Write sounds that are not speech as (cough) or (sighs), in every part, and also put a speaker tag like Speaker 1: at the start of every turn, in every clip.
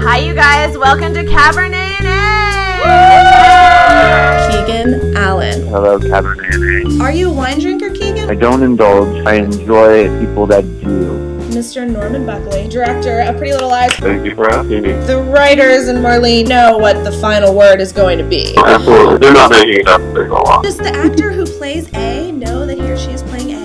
Speaker 1: Hi, you guys. Welcome to Cabernet and Egg.
Speaker 2: Keegan Allen.
Speaker 3: Hello, Cabernet.
Speaker 2: Are you a wine drinker, Keegan?
Speaker 3: I don't indulge. I enjoy people that do.
Speaker 2: Mr. Norman Buckley, director of Pretty Little Lies.
Speaker 4: Thank you for asking me.
Speaker 2: The writers and Marlene know what the final word is going to be.
Speaker 4: Absolutely. They're not making it up. There's a lot.
Speaker 2: Does the actor who plays A know that he or she is playing A?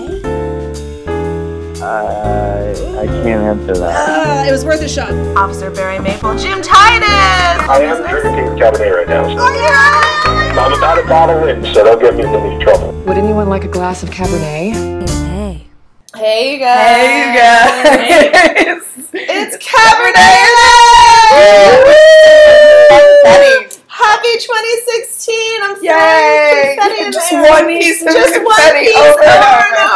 Speaker 3: I I can't answer that.
Speaker 2: Uh, it was worth a shot.
Speaker 1: Officer Barry Maple, Jim Titus.
Speaker 5: I am drinking Cabernet right now, so
Speaker 1: Yeah.
Speaker 5: I'm about a bottle in, so don't get me in any trouble.
Speaker 6: Would anyone like a glass of Cabernet?
Speaker 2: Hey, you
Speaker 1: Hey, you guys. it's Cabernet and Egg.
Speaker 2: Happy 2016! I'm
Speaker 1: Yay! Just one piece of Just one confetti piece over and
Speaker 2: over and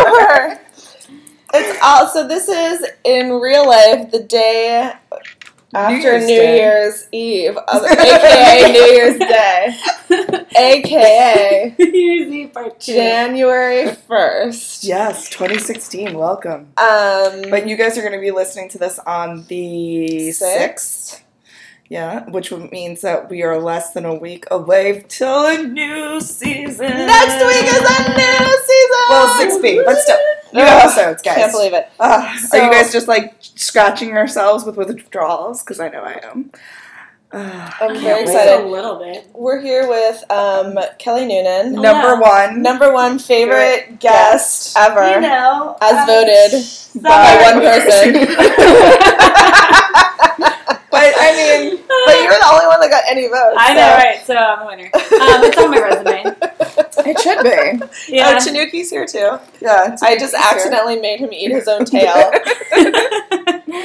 Speaker 2: over. (laughs) It's all so. This is in real life the day after New Year's, Eve,
Speaker 7: (laughs)
Speaker 2: other- aka New Year's Day, aka January first.
Speaker 7: Yes, 2016. Welcome.
Speaker 2: Um,
Speaker 7: But you guys are going to be listening to this on the
Speaker 2: Sixth?
Speaker 7: 6th. Yeah, which would- means that we are less than a week away till a new season.
Speaker 2: next week is a new season.
Speaker 7: Well, six weeks, but still. New
Speaker 2: Ugh,
Speaker 7: episodes, guys.
Speaker 2: Can't believe it.
Speaker 7: Ah,
Speaker 2: So-
Speaker 7: are you guys just like scratching yourselves with withdrawals? Because I know I am. Ah,
Speaker 2: I'm
Speaker 6: wait.
Speaker 2: very excited.
Speaker 8: little bit.
Speaker 2: We're here with um, Kelly Noonan.
Speaker 7: number one.
Speaker 2: Number one favorite guest uh, ever,
Speaker 8: You know,
Speaker 2: as
Speaker 8: um,
Speaker 2: voted by
Speaker 8: sorry.
Speaker 2: (laughs) one
Speaker 8: (laughs)
Speaker 2: person.
Speaker 7: but I mean,
Speaker 2: but you're the only one that got any votes.
Speaker 8: I know, right? So I'm a winner. Um, it's on
Speaker 2: (laughs)
Speaker 8: my resume.
Speaker 7: it should be.
Speaker 8: Yeah.
Speaker 2: Oh, Chanuki's here too.
Speaker 7: Yeah. it's-
Speaker 2: I just accidentally made him eat his own
Speaker 8: (laughs)
Speaker 2: tail.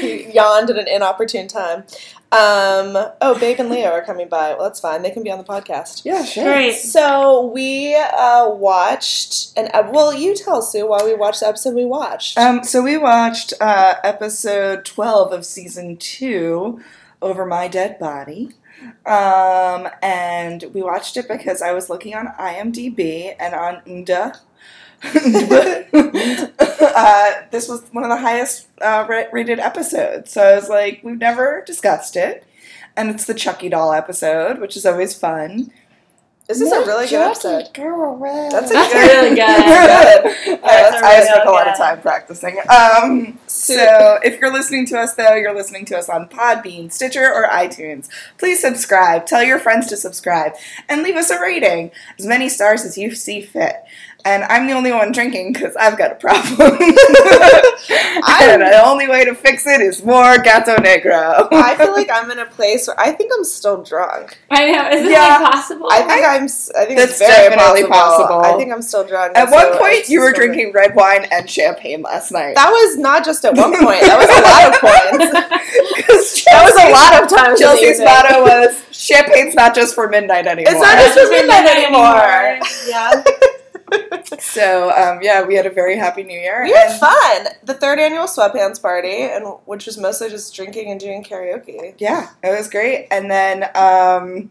Speaker 2: he yawned at an inopportune time. Um, oh, Babe and Leo are coming by. Well, that's fine. They can be on the podcast.
Speaker 7: Yeah, sure.
Speaker 8: Great.
Speaker 2: So we uh, watched an. ep- well, you tell Sue why we watched the episode we watched.
Speaker 7: Um, so we watched uh, episode 12 of season two, Over My Dead Body. Um, and we watched it because I was looking on IMDb and on Nda. (laughs) uh, this was one of the highest uh, ra- rated episodes. So I was like, we've never discussed it. And it's the Chucky doll episode, which is always fun.
Speaker 2: this is a really good episode.
Speaker 7: (laughs)
Speaker 2: That's a
Speaker 8: That's
Speaker 2: good.
Speaker 8: really
Speaker 2: good.
Speaker 7: Yeah,
Speaker 8: That's
Speaker 7: that's-
Speaker 8: a
Speaker 7: I
Speaker 8: really
Speaker 7: spent a lot of
Speaker 8: good.
Speaker 7: time practicing. Um, so if you're listening to us though, you're listening to us on Podbean, Stitcher, or iTunes. Please subscribe. Tell your friends to subscribe and leave us a rating, as many stars as you see fit. And I'm the only one drinking because I've got a problem. (laughs) and the only way to fix it is more Gato Negro.
Speaker 2: I
Speaker 7: (laughs)
Speaker 2: feel like I'm in a place where I think I'm still drunk.
Speaker 8: I know. Is this
Speaker 7: Yeah.
Speaker 8: like possible?
Speaker 2: I think I'm. s- I think it's
Speaker 7: That's
Speaker 2: very
Speaker 7: definitely
Speaker 2: possible.
Speaker 7: possible.
Speaker 2: I think I'm still drunk.
Speaker 7: At
Speaker 2: so
Speaker 7: one
Speaker 2: it's
Speaker 7: point, you were
Speaker 2: still good.
Speaker 7: drinking red wine and champagne last night. (laughs)
Speaker 2: That was not just at one point. That was a lot of points. That was a lot of times. in the
Speaker 7: Chelsea's
Speaker 2: evening.
Speaker 7: motto was champagne's not just for midnight anymore.
Speaker 2: not just-
Speaker 8: It's
Speaker 2: Doesn't mean
Speaker 8: midnight
Speaker 2: that anymore.
Speaker 8: Yeah.
Speaker 7: so um, yeah, we had a very happy New Year.
Speaker 2: (laughs) We had
Speaker 7: and-
Speaker 2: fun. The third annual sweatpants party, and which was mostly just drinking and doing karaoke.
Speaker 7: Yeah, it was great. And then um,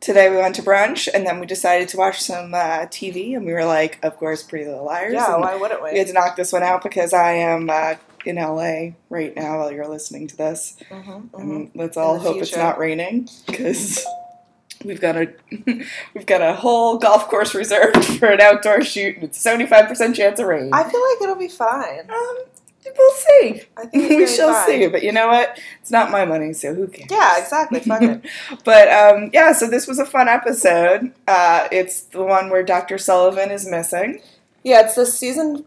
Speaker 7: today we went to brunch, and then we decided to watch some uh, TV, and we were like, of course, Pretty Little Liars.
Speaker 2: Yeah,
Speaker 7: and
Speaker 2: why wouldn't
Speaker 7: we had
Speaker 2: we?
Speaker 7: to knock this one out because I am uh, in LA right now while you're listening to this.
Speaker 2: Mhm, mhm.
Speaker 7: And let's all
Speaker 2: the
Speaker 7: hope it's
Speaker 2: future.
Speaker 7: not raining because (laughs) we've got a (laughs) we've got a whole golf course reserved (laughs) for an outdoor shoot, and it's seventy five percent chance of rain.
Speaker 2: I feel like it'll be fine.
Speaker 7: um, we'll see. (laughs)
Speaker 2: I think it's
Speaker 7: we
Speaker 2: gonna be
Speaker 7: shall
Speaker 2: fine.
Speaker 7: see. But you know what? It's not my money, so who cares?
Speaker 2: Yeah, exactly.
Speaker 7: (laughs)
Speaker 2: Fuck it.
Speaker 7: But um, yeah, so this was a fun episode. Uh, it's the one where Dr. Sullivan is missing.
Speaker 2: Yeah, it's the season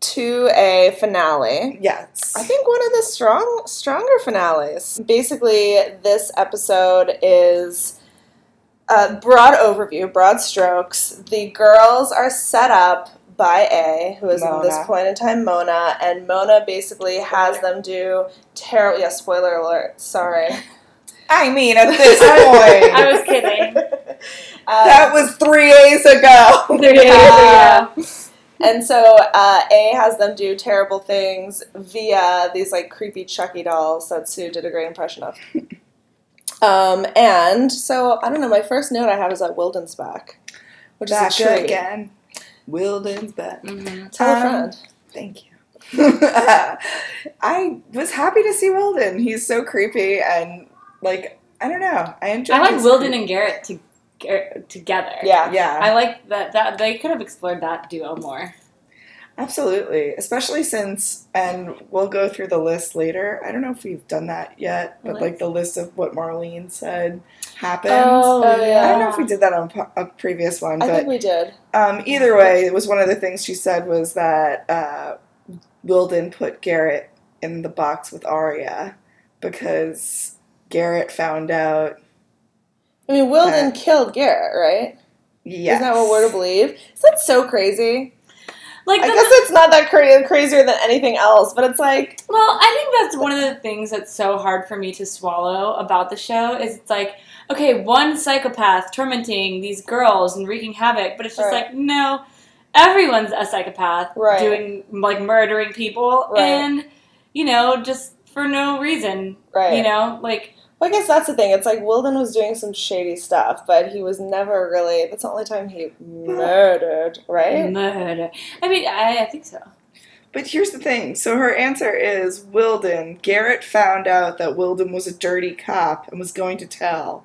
Speaker 2: two A finale.
Speaker 7: Yes. (laughs)
Speaker 2: I think one of the strong stronger finales. Basically, this episode is a broad overview, broad strokes. The girls are set up by A, who is at this
Speaker 7: Mona.
Speaker 2: point in time Mona, and Mona basically has them do terrible. Yeah, spoiler alert. Sorry.
Speaker 7: (laughs) I mean, at
Speaker 2: (laughs)
Speaker 7: this
Speaker 8: I
Speaker 7: point,
Speaker 8: was kidding.
Speaker 2: Uh,
Speaker 7: that was three A's ago.
Speaker 8: There you go.
Speaker 2: Yeah.
Speaker 8: Yeah.
Speaker 2: Uh, And so uh, A has them do terrible things via these like creepy Chucky dolls that Sue did a great impression of. Um, and so I don't know. My first note I have is that Wilden's back, which
Speaker 7: Back
Speaker 2: is a treat.
Speaker 7: again. Wilden's back.
Speaker 2: Tell a
Speaker 7: Um,
Speaker 2: friend.
Speaker 7: Thank you. (laughs) I was happy to see Weldon. He's so creepy and Like I don't know. I enjoy.
Speaker 8: I like
Speaker 7: these-
Speaker 8: Wilden and Garrett to, Garrett together.
Speaker 2: Yeah.
Speaker 7: Yeah,
Speaker 8: I like that. That they could have explored that duo more.
Speaker 7: absolutely. Especially since, and we'll go through the list later. I don't know if we've done that yet, but
Speaker 8: List.
Speaker 7: like the list of what Marlene said happened.
Speaker 2: Oh,
Speaker 7: I don't
Speaker 2: yeah.
Speaker 7: know if we did that on po- a previous one,
Speaker 2: I
Speaker 7: but
Speaker 2: think we did.
Speaker 7: Um, either way, it was one of the things she said was that uh, Wilden put Garrett in the box with Arya because Garrett found out.
Speaker 2: I mean, Wilden
Speaker 7: Uh,
Speaker 2: killed Garrett, right?
Speaker 7: Yes.
Speaker 2: Isn't that what we're to believe? Is that so crazy?
Speaker 8: Like
Speaker 2: I
Speaker 8: the-
Speaker 2: guess it's not that cra- crazier than anything else, but it's like,
Speaker 8: Well, I think that's one of the things that's so hard for me to swallow about the show is it's like, okay, one psychopath tormenting these girls and wreaking havoc, but it's just
Speaker 2: Right.
Speaker 8: like, no, everyone's a psychopath
Speaker 2: Right.
Speaker 8: doing like murdering people
Speaker 2: Right.
Speaker 8: and you know, just for no reason.
Speaker 2: right?
Speaker 8: You know, like
Speaker 2: Well, I guess that's the thing. It's like Wilden was doing some shady stuff, but he was never really. That's the only time he murdered, right?
Speaker 8: murder. I mean, I, I think so.
Speaker 7: But here's the thing. So her answer is Wilden. Garrett found out that Wilden was a dirty cop and was going to tell.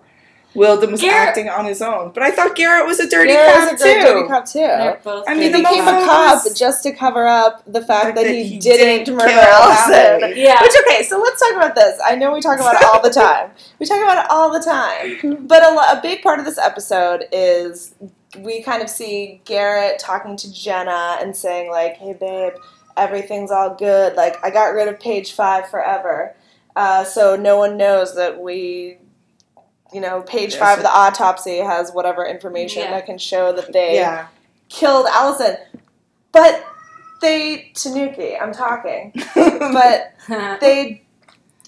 Speaker 7: Wilden was
Speaker 8: Garrett-
Speaker 7: acting on his own, but I thought Garrett was a dirty
Speaker 2: Garrett
Speaker 7: cop
Speaker 2: was a great
Speaker 7: too.
Speaker 2: Mm-hmm. dirty cop too.
Speaker 8: They're both.
Speaker 7: I
Speaker 2: I
Speaker 7: mean,
Speaker 2: mean,
Speaker 7: the
Speaker 2: he became a
Speaker 7: motherfucker
Speaker 2: cop
Speaker 7: was-
Speaker 2: just to cover up the fact that, he,
Speaker 7: didn't
Speaker 2: didn't, murder
Speaker 7: kill
Speaker 2: Allison.
Speaker 7: Allison.
Speaker 8: yeah.
Speaker 2: Which okay, so let's talk about this. I know we talk about it all the time. We talk about it all the time. But a, lo- a big part of this episode is we kind of see Garrett talking to Jenna and saying like, "Hey babe, everything's all good. Like I got rid of page five forever, uh, so no one knows that we." You know, page
Speaker 7: Yes.
Speaker 2: five of the autopsy has whatever information
Speaker 8: Yeah.
Speaker 2: that can show that they
Speaker 7: Yeah.
Speaker 2: killed Allison. But they, Tanuki, I'm talking. (laughs)
Speaker 7: (laughs)
Speaker 2: But
Speaker 8: (laughs)
Speaker 2: they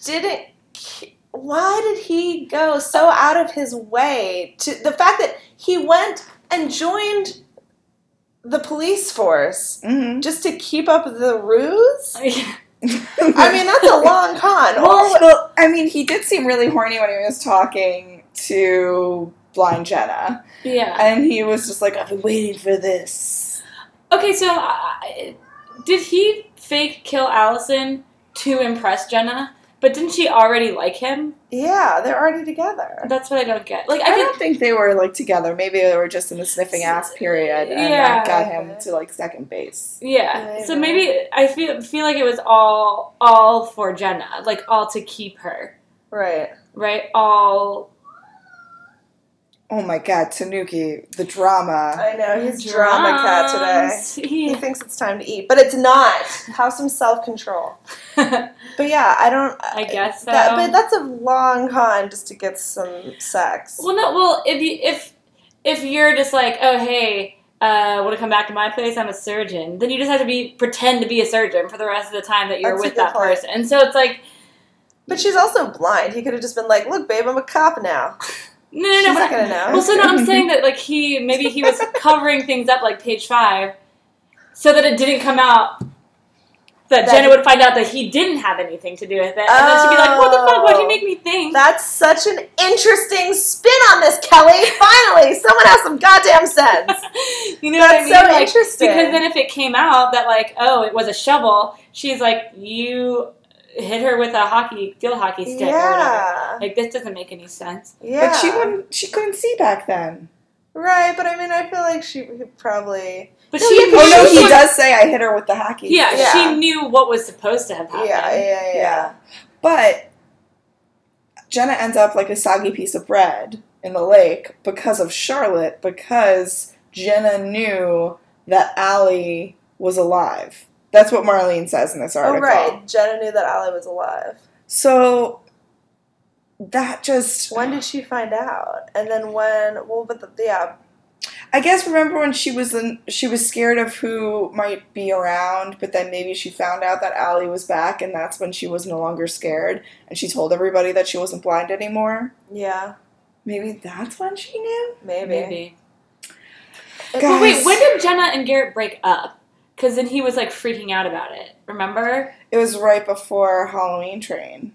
Speaker 2: didn't. ki- Why did he go so out of his way to the fact that he went and joined the police force
Speaker 7: hmm
Speaker 2: just to keep up the ruse? I
Speaker 7: I
Speaker 2: mean, that's a long con.
Speaker 7: Well,
Speaker 2: Or
Speaker 7: well, I mean, he did seem really horny when he was talking to blind Jenna,
Speaker 8: yeah.
Speaker 7: and he was just like, "I've been waiting for this."
Speaker 8: Okay, so uh, did he fake kill Allison to impress Jenna? But didn't she already like him?
Speaker 2: yeah, they're already together.
Speaker 8: That's what I don't get. Like,
Speaker 7: I,
Speaker 8: I
Speaker 7: don't think
Speaker 8: think
Speaker 7: they were like together. Maybe they were just in the sniffing ass period, and
Speaker 8: Yeah.
Speaker 7: that got him to like second base.
Speaker 8: yeah.
Speaker 2: Maybe.
Speaker 8: So maybe I feel feel like it was all all for Jenna, like all to keep her,
Speaker 2: Right.
Speaker 8: right? All
Speaker 7: Oh my god, Tanuki, the drama.
Speaker 2: I know, he's drama cat today.
Speaker 8: (laughs) drums.
Speaker 2: He thinks it's time to eat, but it's not. Have some self control.
Speaker 8: (laughs) Yeah.
Speaker 2: But yeah, I don't.
Speaker 8: I guess so.
Speaker 2: That, but that's a long con just to get some sex.
Speaker 8: Well, no. Well, if you if if you're just like, oh hey, uh, want to come back to my place? I'm a surgeon. Then you just have to be pretend to be a surgeon for the rest of the time that you're
Speaker 2: That's a
Speaker 8: with
Speaker 2: good
Speaker 8: that
Speaker 2: point.
Speaker 8: person. And so it's like,
Speaker 2: But she's also blind. He could have just been like, "Look, babe, I'm a cop now."
Speaker 8: no, no, no.
Speaker 2: She's
Speaker 8: but-
Speaker 2: not gonna know.
Speaker 8: well, so no, I'm saying that like he maybe he
Speaker 2: (laughs)
Speaker 8: was covering things up like page five, so that it didn't come out. That,
Speaker 2: That-
Speaker 8: Jenna would find out that he didn't have anything to do with it, and then she'd be like, "What the fuck? Why'd you make me think?"
Speaker 2: That's such an interesting spin on this, Kelly. Finally, someone has some goddamn sense.
Speaker 8: you know
Speaker 2: That's
Speaker 8: what I mean?
Speaker 2: so
Speaker 8: Like,
Speaker 2: interesting.
Speaker 8: Because then if it came out that like, oh, it was a shovel, she's like, you hit her with a hockey field hockey stick or whatever.
Speaker 2: yeah,
Speaker 8: Like this doesn't make any sense.
Speaker 2: yeah.
Speaker 7: But she wouldn't. She couldn't see back then.
Speaker 2: right? But I mean, I feel like she he probably.
Speaker 8: But
Speaker 2: No,
Speaker 8: she
Speaker 2: you
Speaker 8: knew
Speaker 2: could-
Speaker 7: Oh no, he
Speaker 8: what-
Speaker 7: does say, "I hit her with the hockey."
Speaker 8: Yeah,
Speaker 7: stick."
Speaker 2: Yeah.
Speaker 8: she knew what was supposed to have
Speaker 2: Yeah,
Speaker 8: happened.
Speaker 2: yeah, yeah.
Speaker 7: Yeah. But Jenna ends up like a soggy piece of bread in the lake because of Charlotte, because Jenna knew that Allie was alive. That's what Marlene says in this
Speaker 2: Oh
Speaker 7: article.
Speaker 2: right, Jenna knew that Allie was alive.
Speaker 7: So that just
Speaker 2: When did she find out? And then when? Well, but the, yeah,
Speaker 7: I guess remember when she was in, she was scared of who might be around, but then maybe she found out that Allie was back and that's when she was no longer scared and she told everybody that she wasn't blind anymore.
Speaker 2: yeah,
Speaker 7: Maybe that's when she knew?
Speaker 2: maybe.
Speaker 8: Maybe.
Speaker 2: It's-
Speaker 7: God.
Speaker 8: But
Speaker 7: Yes.
Speaker 8: wait, when did Jenna and Garrett break up? Because then he was like freaking out about it. Remember?
Speaker 7: It was right before Halloween Train.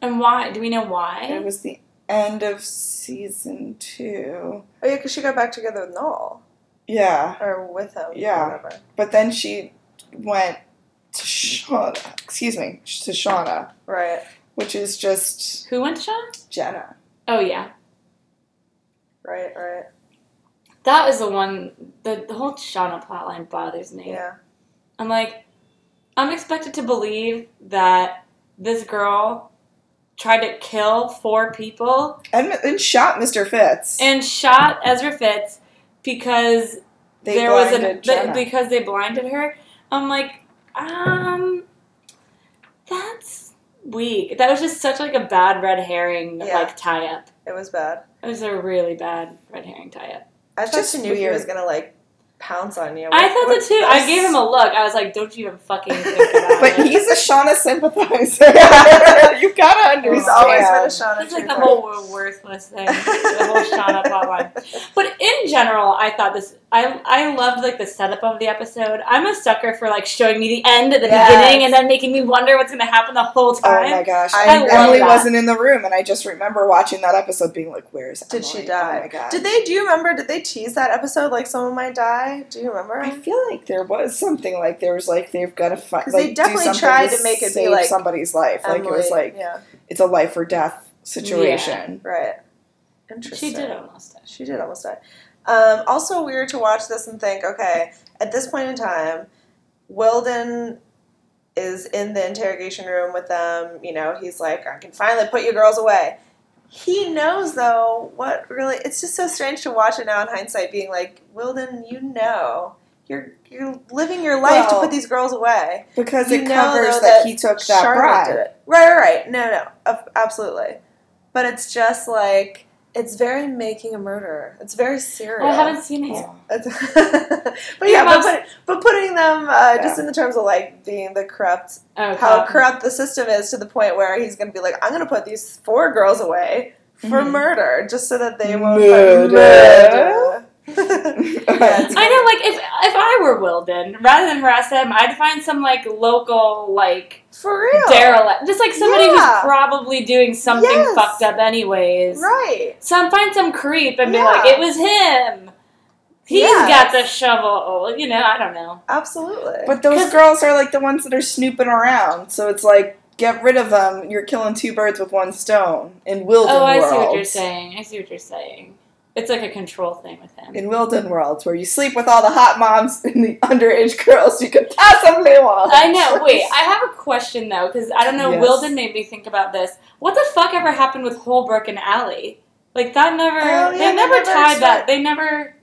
Speaker 8: And why? Do we know
Speaker 7: It
Speaker 8: why?
Speaker 7: was the end of season two.
Speaker 2: Oh yeah, because she got back together with Noel
Speaker 7: Yeah,
Speaker 2: or with him.
Speaker 7: Yeah.
Speaker 2: whatever.
Speaker 7: but then she went to Shauna. Excuse me, to Shauna,
Speaker 2: Right.
Speaker 7: which is just
Speaker 8: Who went to Shaw?
Speaker 7: Jenna,
Speaker 8: Oh yeah,
Speaker 2: Right, right.
Speaker 8: that was the one. The, the whole Shauna plotline bothers me.
Speaker 2: Yeah.
Speaker 8: I'm like, I'm expected to believe that this girl tried to kill four people
Speaker 7: and, and shot Mr. Fitz.
Speaker 8: and shot Ezra Fitz because
Speaker 7: they
Speaker 8: there was a
Speaker 7: blinded
Speaker 8: th-
Speaker 7: Jenna.
Speaker 8: because they blinded her. I'm like, um, that's weak. That was just such like a bad red herring
Speaker 2: Yeah.
Speaker 8: like tie up.
Speaker 2: It was bad.
Speaker 8: It was a really bad red herring tie up.
Speaker 2: I thought
Speaker 7: Just
Speaker 2: she knew he
Speaker 7: weird.
Speaker 2: was gonna like pounce on you.
Speaker 8: I thought that
Speaker 2: What-
Speaker 8: too. I gave him a look. I was like, don't you even fucking
Speaker 7: (laughs)
Speaker 8: think
Speaker 7: (laughs)
Speaker 8: about
Speaker 7: but
Speaker 8: it.
Speaker 7: he's a Shauna
Speaker 8: (laughs)
Speaker 7: sympathizer. (laughs) (laughs) you gotta understand.
Speaker 2: He's always been a Shauna.
Speaker 8: That's like the
Speaker 2: trooper.
Speaker 8: whole worthless thing, the
Speaker 2: (laughs)
Speaker 8: whole Shauna plotline. But in general, I thought this. I I loved like the setup of the episode. I'm a sucker for like showing me the end at the
Speaker 2: Yes.
Speaker 8: beginning and then making me wonder what's gonna happen the whole
Speaker 7: Oh
Speaker 8: time.
Speaker 7: my gosh!
Speaker 2: I
Speaker 7: And
Speaker 2: love
Speaker 7: Emily
Speaker 8: that.
Speaker 7: wasn't in the room, and I just remember watching that episode, being like, "Where's
Speaker 2: Did
Speaker 7: Emily?
Speaker 2: she die?
Speaker 7: Oh my god!
Speaker 2: Did they? Do you remember? Did they tease that episode? Like someone might die. Do you remember?
Speaker 7: I feel like there was something like there was like they've got to find.
Speaker 2: 'Cause
Speaker 7: Like,
Speaker 2: they definitely
Speaker 7: do something
Speaker 2: tried
Speaker 7: to,
Speaker 2: to make it be,
Speaker 7: save
Speaker 2: like,
Speaker 7: somebody's life. Like it was like
Speaker 2: yeah,
Speaker 7: it's a life or death situation.
Speaker 2: right. Interesting.
Speaker 8: she did almost. die.
Speaker 2: She did almost die. Um, also weird to watch this and think, okay, at this point in time, Wilden is in the interrogation room with them. You know, he's like, I can finally put you girls away. He knows though what really. It's just so strange to watch it now in hindsight, being like, Wilden, you know. You're, you're living your life to
Speaker 7: Well,
Speaker 2: put these girls away.
Speaker 7: Because
Speaker 2: You
Speaker 7: it
Speaker 2: know,
Speaker 7: covers
Speaker 2: though,
Speaker 7: that
Speaker 2: that
Speaker 7: he took that
Speaker 2: Charlotte did
Speaker 7: bribe.
Speaker 2: it. Right, right, right. No, no, ab- absolutely. But it's just like it's very making a murderer. It's very serious.
Speaker 8: Oh, I haven't seen it. yet.
Speaker 7: Oh.
Speaker 2: (laughs) It's- (laughs) but yeah, but,
Speaker 8: must-
Speaker 2: put, but putting them uh, just in the terms of like being the corrupt,
Speaker 8: Oh,
Speaker 2: how
Speaker 8: God.
Speaker 2: corrupt the system is to the point where he's going to be like, I'm going to put these four girls away for
Speaker 7: Mhm.
Speaker 2: murder just so that they
Speaker 7: (laughs)
Speaker 2: won't
Speaker 7: Murder.
Speaker 2: murder. (laughs)
Speaker 7: That's-
Speaker 8: I know, like if if I were Wilden, rather than harass him, I'd find some like local like
Speaker 2: for real,
Speaker 8: derelict, just like somebody
Speaker 2: Yeah.
Speaker 8: who's probably doing something
Speaker 2: Yes.
Speaker 8: fucked up anyways.
Speaker 2: Right?
Speaker 8: some find some creep and be
Speaker 2: Yeah.
Speaker 8: like, it was him. He's
Speaker 2: Yes.
Speaker 8: got the shovel. You know, I don't know.
Speaker 2: Absolutely.
Speaker 7: But those
Speaker 8: 'Cause-
Speaker 7: girls are like the ones that are snooping around, so it's like get rid of them. You're killing two birds with one stone in Wilden
Speaker 8: oh, I see what
Speaker 7: worlds.
Speaker 8: you're saying. I see what you're saying. It's like a control thing with him.
Speaker 7: In Wilden worlds, where you sleep with all the hot moms (laughs) and the underage girls you could possibly want.
Speaker 8: I know. Wait, I have a question though, because I don't know.
Speaker 7: Yes.
Speaker 8: Wilden made me think about this. What the fuck ever happened with Holbrook and Allie? Like that never.
Speaker 2: Oh, yeah,
Speaker 8: they,
Speaker 2: they
Speaker 8: never
Speaker 2: never
Speaker 8: tied that.
Speaker 2: explained-
Speaker 8: They never.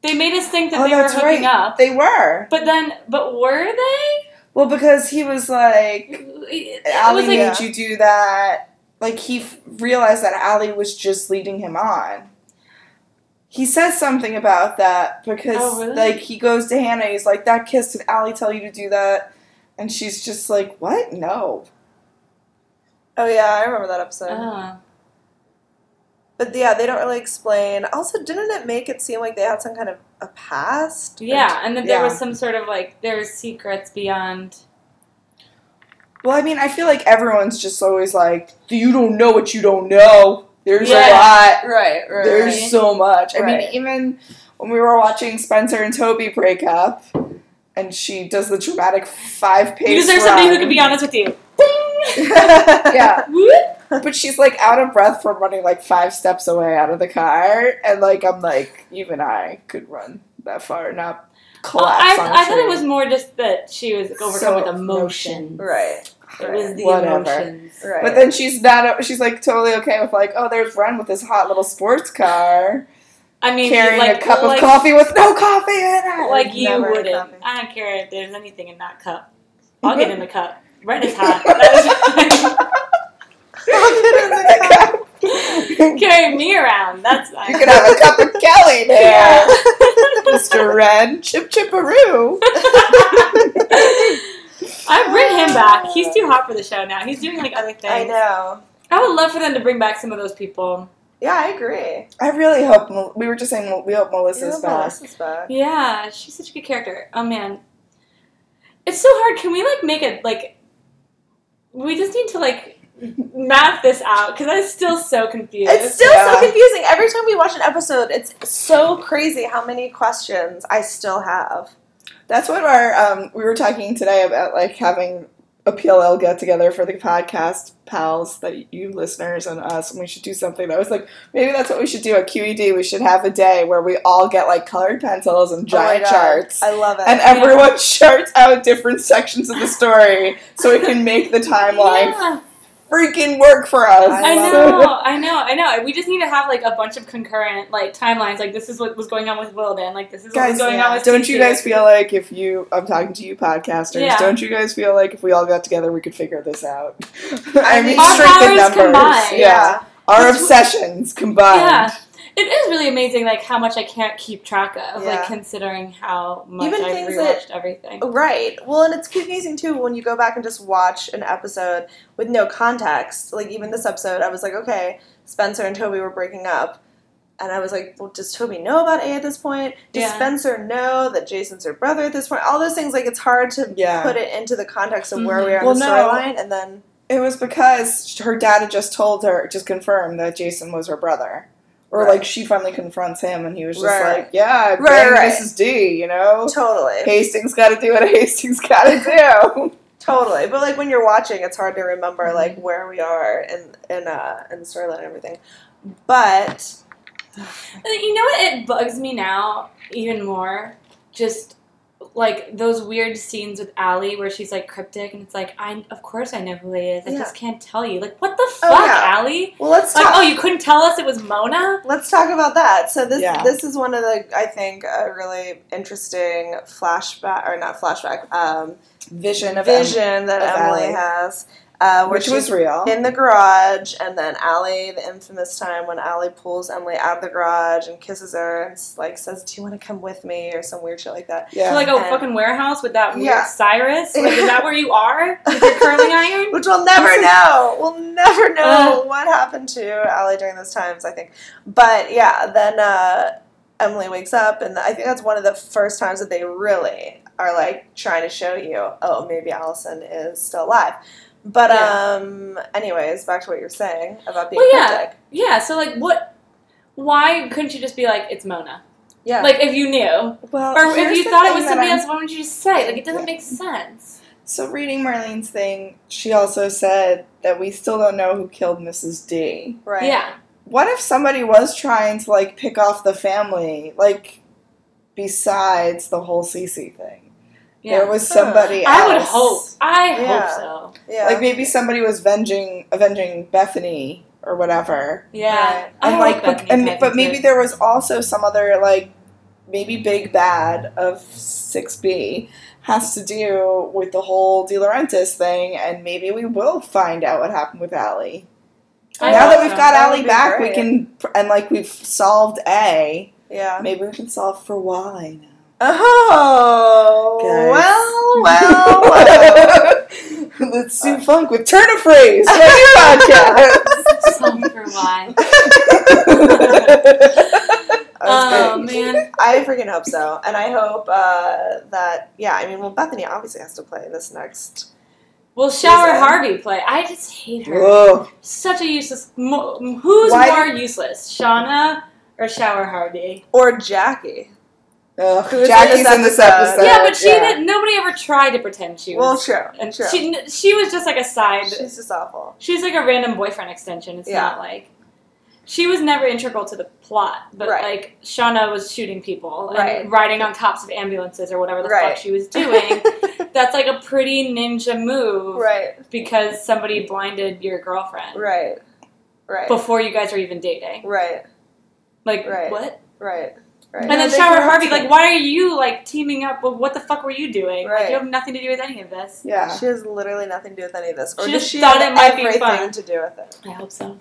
Speaker 8: They made us (laughs) think that
Speaker 7: Oh,
Speaker 8: they were
Speaker 7: that's
Speaker 8: hooking
Speaker 7: right.
Speaker 8: up.
Speaker 7: They were.
Speaker 8: But then, but were they?
Speaker 7: Well, because he was like,
Speaker 8: It
Speaker 7: Allie
Speaker 8: was like,
Speaker 7: made you do that. Like, he f- realized that Allie was just leading him on. He says something about that because,
Speaker 8: Oh, really?
Speaker 7: like, he goes to Hannah. He's like, that kiss, did Allie tell you to do that? And she's just like, what? No.
Speaker 2: oh yeah, I remember that episode.
Speaker 8: Oh.
Speaker 2: But yeah, they don't really explain. Also, didn't it make it seem like they had some kind of a past?
Speaker 8: yeah, and that there
Speaker 7: Yeah.
Speaker 8: was some sort of like there's secrets beyond
Speaker 7: Well, I mean, I feel like everyone's just always like, you don't know what you don't know. There's
Speaker 8: Yeah.
Speaker 7: a lot.
Speaker 2: (laughs) Right, right. (laughs)
Speaker 7: There's so much. I mean,
Speaker 2: Right.
Speaker 7: even when we were watching Spencer and Toby break up, and she does the dramatic five page.
Speaker 8: You deserve somebody who
Speaker 7: (laughs)
Speaker 8: can be honest with you.
Speaker 7: Yeah,
Speaker 8: Whoop.
Speaker 7: but she's like out of breath from running like five steps away out of the car, and like I'm like, even I could run that far and not
Speaker 8: Well,
Speaker 7: collapse.
Speaker 8: Oh, I,
Speaker 7: on a
Speaker 8: I thought it
Speaker 7: tree.
Speaker 8: was more just that she was overcome
Speaker 7: So
Speaker 8: with emotion.
Speaker 2: Right.
Speaker 8: It was the
Speaker 7: Whatever.
Speaker 8: emotions.
Speaker 2: Right.
Speaker 7: But then she's not. She's like totally okay with like, oh, there's Ren with his hot little sports car,
Speaker 8: I mean,
Speaker 7: carrying
Speaker 8: like,
Speaker 7: a cup
Speaker 8: like,
Speaker 7: of coffee with no coffee in it. (laughs)
Speaker 8: Like you
Speaker 2: Never
Speaker 8: wouldn't.
Speaker 2: coffee.
Speaker 8: I don't care if there's anything in that cup.
Speaker 2: (laughs)
Speaker 8: I'll get in the cup. Red is
Speaker 7: (laughs)
Speaker 8: hot. That was- (laughs) Carry me around. That's fine.
Speaker 7: You could have a cup of Kelly there, Mr. Red. Chip chipperoo.
Speaker 8: (laughs) I bring him back. He's too hot for the show now. He's doing like other things.
Speaker 2: I know.
Speaker 8: I would love for them to bring back some of those people.
Speaker 2: Yeah, I agree.
Speaker 7: I really hope Mel- we were just saying Mel- we hope Melissa's
Speaker 2: Yeah,
Speaker 7: back.
Speaker 2: Melissa's back.
Speaker 8: Yeah, she's such a good character. Oh man, it's so hard. Can we like make it like? We just need to like map this out because I'm still so confused.
Speaker 2: It's still
Speaker 7: Yeah.
Speaker 2: so confusing. Every time we watch an episode, it's so crazy how many questions I still have.
Speaker 7: That's what our um, we were talking today about, like having a PLL get together for the podcast pals that you listeners and us, and we should do something. I was like, maybe that's what we should do at QED. We should have a day where we all get like colored pencils and
Speaker 2: Oh my
Speaker 7: giant
Speaker 2: God.
Speaker 7: charts.
Speaker 2: I love it.
Speaker 7: and everyone (laughs) charts out different sections of the story so it can make (laughs) the timeline
Speaker 8: Yeah,
Speaker 7: freaking work for us.
Speaker 8: I know, I know, I know. We just need to have like a bunch of concurrent like timelines. Like this is what was going on with Wilden. Like this is what
Speaker 7: Guys,
Speaker 8: was going on with.
Speaker 7: don't you
Speaker 8: Cece.
Speaker 7: guys feel like if you I'm talking to you podcasters,
Speaker 8: Yeah.
Speaker 7: don't you guys feel like if we all got together we could figure this out?
Speaker 1: I
Speaker 7: (laughs) I mean
Speaker 1: mean- Our
Speaker 7: strength in
Speaker 8: powers
Speaker 7: numbers. Yeah.
Speaker 8: combined.
Speaker 1: Yeah.
Speaker 7: Our
Speaker 8: That's-
Speaker 7: obsessions combined.
Speaker 8: Yeah, it is really amazing. Like how much I can't keep track of.
Speaker 2: Yeah.
Speaker 8: Like considering how much
Speaker 2: Even
Speaker 8: I've
Speaker 2: things
Speaker 8: rewatched everything.
Speaker 2: Right. Well, and it's confusing too when you go back and just watch an episode with no context. Like even this episode, I was like, okay, Spencer and Toby were breaking up. And I was like, well, does Toby know about A at this point? Does
Speaker 8: Yeah.
Speaker 2: Spencer know that Jason's her brother at this point? All those things, like, it's hard to
Speaker 7: Yeah.
Speaker 2: put it into the context of
Speaker 8: Mm-hmm.
Speaker 2: where we are
Speaker 7: Well,
Speaker 2: in the
Speaker 7: no.
Speaker 2: storyline. And then,
Speaker 7: It was because her dad had just told her, just confirmed that Jason was her brother. Or
Speaker 2: Right.
Speaker 7: like she finally confronts him and he was just
Speaker 2: Right.
Speaker 7: like, Yeah,
Speaker 2: Right,
Speaker 7: bang
Speaker 2: right.
Speaker 7: Mrs. D, you know?
Speaker 2: totally.
Speaker 7: Hastings gotta do what (laughs) Hastings gotta do.
Speaker 2: Totally, but like when you're watching, it's hard to remember
Speaker 8: Mm-hmm.
Speaker 2: like where we are and and uh and the storyline and everything. But
Speaker 8: You know what? It bugs me now even more. Just like those weird scenes with Allie where she's like cryptic and it's like, I of course I know who he is. I
Speaker 2: Yeah.
Speaker 8: just can't tell you. Like, what the fuck,
Speaker 2: Oh, yeah.
Speaker 8: Allie?
Speaker 2: well, let's
Speaker 8: Like,
Speaker 2: talk.
Speaker 8: oh, you couldn't tell us it was Mona?
Speaker 2: Let's talk about that. So this
Speaker 7: Yeah.
Speaker 2: this is one of the I think a really interesting flashback or not flashback um,
Speaker 7: Vision of
Speaker 2: vision that
Speaker 7: of
Speaker 2: Emily
Speaker 7: Ally.
Speaker 2: has, uh,
Speaker 7: Em,
Speaker 2: where
Speaker 7: which was
Speaker 2: she's
Speaker 7: real.
Speaker 2: in the garage, and then Allie, the infamous time when Allie pulls Emily out of the garage and kisses her and like says, "Do you want to come with me?" or some weird shit like that.
Speaker 7: yeah.
Speaker 8: To like a
Speaker 2: And-
Speaker 8: fucking warehouse with that weird
Speaker 2: Yeah.
Speaker 8: Cyrus? Like, is that
Speaker 7: (laughs)
Speaker 8: where you are? With your curling iron?
Speaker 2: (laughs) Which we'll never know. We'll never know
Speaker 8: Uh.
Speaker 2: what happened to Allie during those times, I think. But yeah, then uh, Emily wakes up, and I think that's one of the first times that they really are like trying to show you, oh, maybe Allison is still alive. But
Speaker 7: Yeah.
Speaker 2: um, anyways, back to what you're saying about being
Speaker 8: Well, yeah.
Speaker 2: cryptic.
Speaker 8: Yeah, so like what why couldn't you just be like, it's Mona?
Speaker 2: Yeah.
Speaker 8: Like if you knew.
Speaker 7: well,
Speaker 8: Or if
Speaker 7: here's
Speaker 8: you
Speaker 7: the
Speaker 8: thought it
Speaker 7: thing
Speaker 8: was
Speaker 7: that
Speaker 8: somebody
Speaker 7: I'm-
Speaker 8: else, why would you just say? Like it doesn't make sense.
Speaker 7: So reading Marlene's thing, she also said that we still don't know who killed Mrs. D.
Speaker 2: right.
Speaker 8: Yeah.
Speaker 7: What if somebody was trying to like pick off the family, like besides the whole Cece thing?
Speaker 8: Yeah.
Speaker 7: There was somebody
Speaker 8: I would
Speaker 7: else.
Speaker 8: hope. I
Speaker 2: Yeah.
Speaker 8: hope so.
Speaker 2: Yeah.
Speaker 7: Like maybe somebody was venging avenging Bethany or whatever.
Speaker 8: Yeah.
Speaker 2: Right.
Speaker 8: I
Speaker 7: and
Speaker 8: hope
Speaker 7: like
Speaker 8: that
Speaker 7: bec- and,
Speaker 8: means
Speaker 7: Oh, but
Speaker 8: I
Speaker 7: maybe
Speaker 8: did.
Speaker 7: there was also some other like maybe big bad of 6b has to do with the whole de laurentiis thing and maybe we will find out what happened with Allie.
Speaker 8: I
Speaker 7: now that
Speaker 8: hope
Speaker 7: we've
Speaker 8: so.
Speaker 7: got
Speaker 2: That would
Speaker 7: Allie
Speaker 2: be
Speaker 7: back
Speaker 2: great.
Speaker 7: we can and like we've solved a
Speaker 2: yeah.
Speaker 7: maybe we can solve for y now (laughs)
Speaker 2: Oh.
Speaker 7: Guys.
Speaker 2: Well, well, well.
Speaker 7: let's do funk with turn a phrase for (laughs) the
Speaker 8: Solve for
Speaker 7: (laughs)
Speaker 8: why.
Speaker 7: podcast
Speaker 2: That was great.
Speaker 8: Oh man.
Speaker 2: I freaking hope so, and I hope uh, that yeah. I mean, well, Bethany obviously has to play this next.
Speaker 8: Will Shower
Speaker 2: Jesus.
Speaker 8: Harvey play? I just hate her.
Speaker 7: Whoa.
Speaker 8: Such a useless. Mo- who's
Speaker 7: Why
Speaker 8: more useless, Shauna or Shower Harvey?
Speaker 2: Or Jackie.
Speaker 7: Ugh,
Speaker 2: Who was in
Speaker 7: Jackie's
Speaker 2: this
Speaker 7: in this
Speaker 2: episode?
Speaker 7: episode
Speaker 8: yeah, but she didn't. Nobody ever tried to pretend she
Speaker 2: Well,
Speaker 8: was.
Speaker 2: true,
Speaker 8: and
Speaker 2: true.
Speaker 8: she n- she was just like a side.
Speaker 2: She's just awful.
Speaker 8: She's like a random boyfriend extension. It's
Speaker 2: Yeah.
Speaker 8: not like she was never integral to the plot, but
Speaker 2: Right.
Speaker 8: like Shauna was shooting people and
Speaker 2: Right.
Speaker 8: riding on tops of ambulances or whatever the
Speaker 2: Right.
Speaker 8: fuck
Speaker 2: (laughs)
Speaker 8: she was doing. That's like a pretty ninja move
Speaker 2: Right,
Speaker 8: because somebody blinded your girlfriend
Speaker 2: right, right,
Speaker 8: before you guys were even dating.
Speaker 2: right,
Speaker 8: Like
Speaker 2: Right.
Speaker 8: what?
Speaker 2: right, right.
Speaker 8: and then
Speaker 7: they
Speaker 8: Shower
Speaker 7: grew up
Speaker 8: Harvey, like,
Speaker 7: together.
Speaker 8: why are you like teaming up? Well, what the fuck were you doing? Like,
Speaker 2: Right.
Speaker 8: you have nothing to do with any of this.
Speaker 7: Yeah.
Speaker 2: She has literally nothing to do with any of this, or
Speaker 8: She
Speaker 2: does
Speaker 8: just
Speaker 2: she
Speaker 8: thought
Speaker 2: have
Speaker 8: it might be
Speaker 2: everything
Speaker 8: fun.
Speaker 2: to do with it?
Speaker 8: I hope so.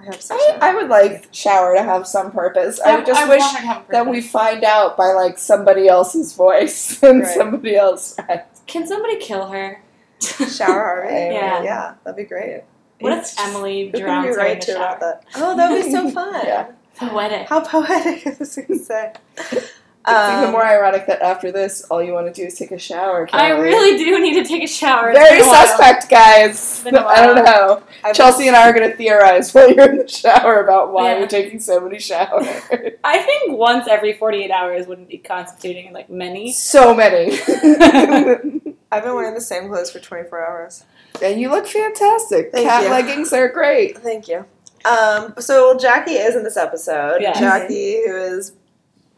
Speaker 2: I hope so.
Speaker 7: I, I would like shower to have some purpose. I would just
Speaker 8: I
Speaker 7: wish
Speaker 8: want her to have a
Speaker 7: that
Speaker 8: purpose.
Speaker 7: we find out by like somebody else's voice (laughs) and
Speaker 2: Right.
Speaker 7: somebody else. (laughs)
Speaker 8: Can somebody kill her?
Speaker 2: Shower (laughs) Harvey.
Speaker 8: (laughs) Yeah.
Speaker 2: yeah, that'd be great.
Speaker 8: What
Speaker 7: It's
Speaker 8: if
Speaker 7: just-
Speaker 8: Emily
Speaker 2: Who can
Speaker 8: drowns
Speaker 2: we
Speaker 8: her in
Speaker 2: write
Speaker 8: the
Speaker 2: to
Speaker 8: shower?
Speaker 2: about that? (laughs) Oh, that'd be so fun.
Speaker 7: Yeah.
Speaker 8: Poetic.
Speaker 2: How poetic (laughs) is this gonna say?
Speaker 7: It's even
Speaker 2: Um,
Speaker 7: more ironic that after this, all you want to do is take a shower.
Speaker 8: I
Speaker 7: Kelly.
Speaker 8: really do need to take a shower. It's
Speaker 7: very
Speaker 8: been a while.
Speaker 7: suspect, guys.
Speaker 8: It's been a
Speaker 7: I don't know.
Speaker 2: I-
Speaker 7: Chelsea and I are going to theorize while you're in the shower about why
Speaker 8: Yeah.
Speaker 7: you're taking so many showers.
Speaker 8: I think once every 48 hours wouldn't be constituting like many.
Speaker 7: so many.
Speaker 2: I've been wearing the same clothes for 24 hours.
Speaker 7: And you look fantastic.
Speaker 2: Thank
Speaker 7: Cat
Speaker 2: you.
Speaker 7: leggings are great.
Speaker 2: Thank you. Um, so Jackie is in this episode.
Speaker 8: Yes.
Speaker 2: Jackie, who is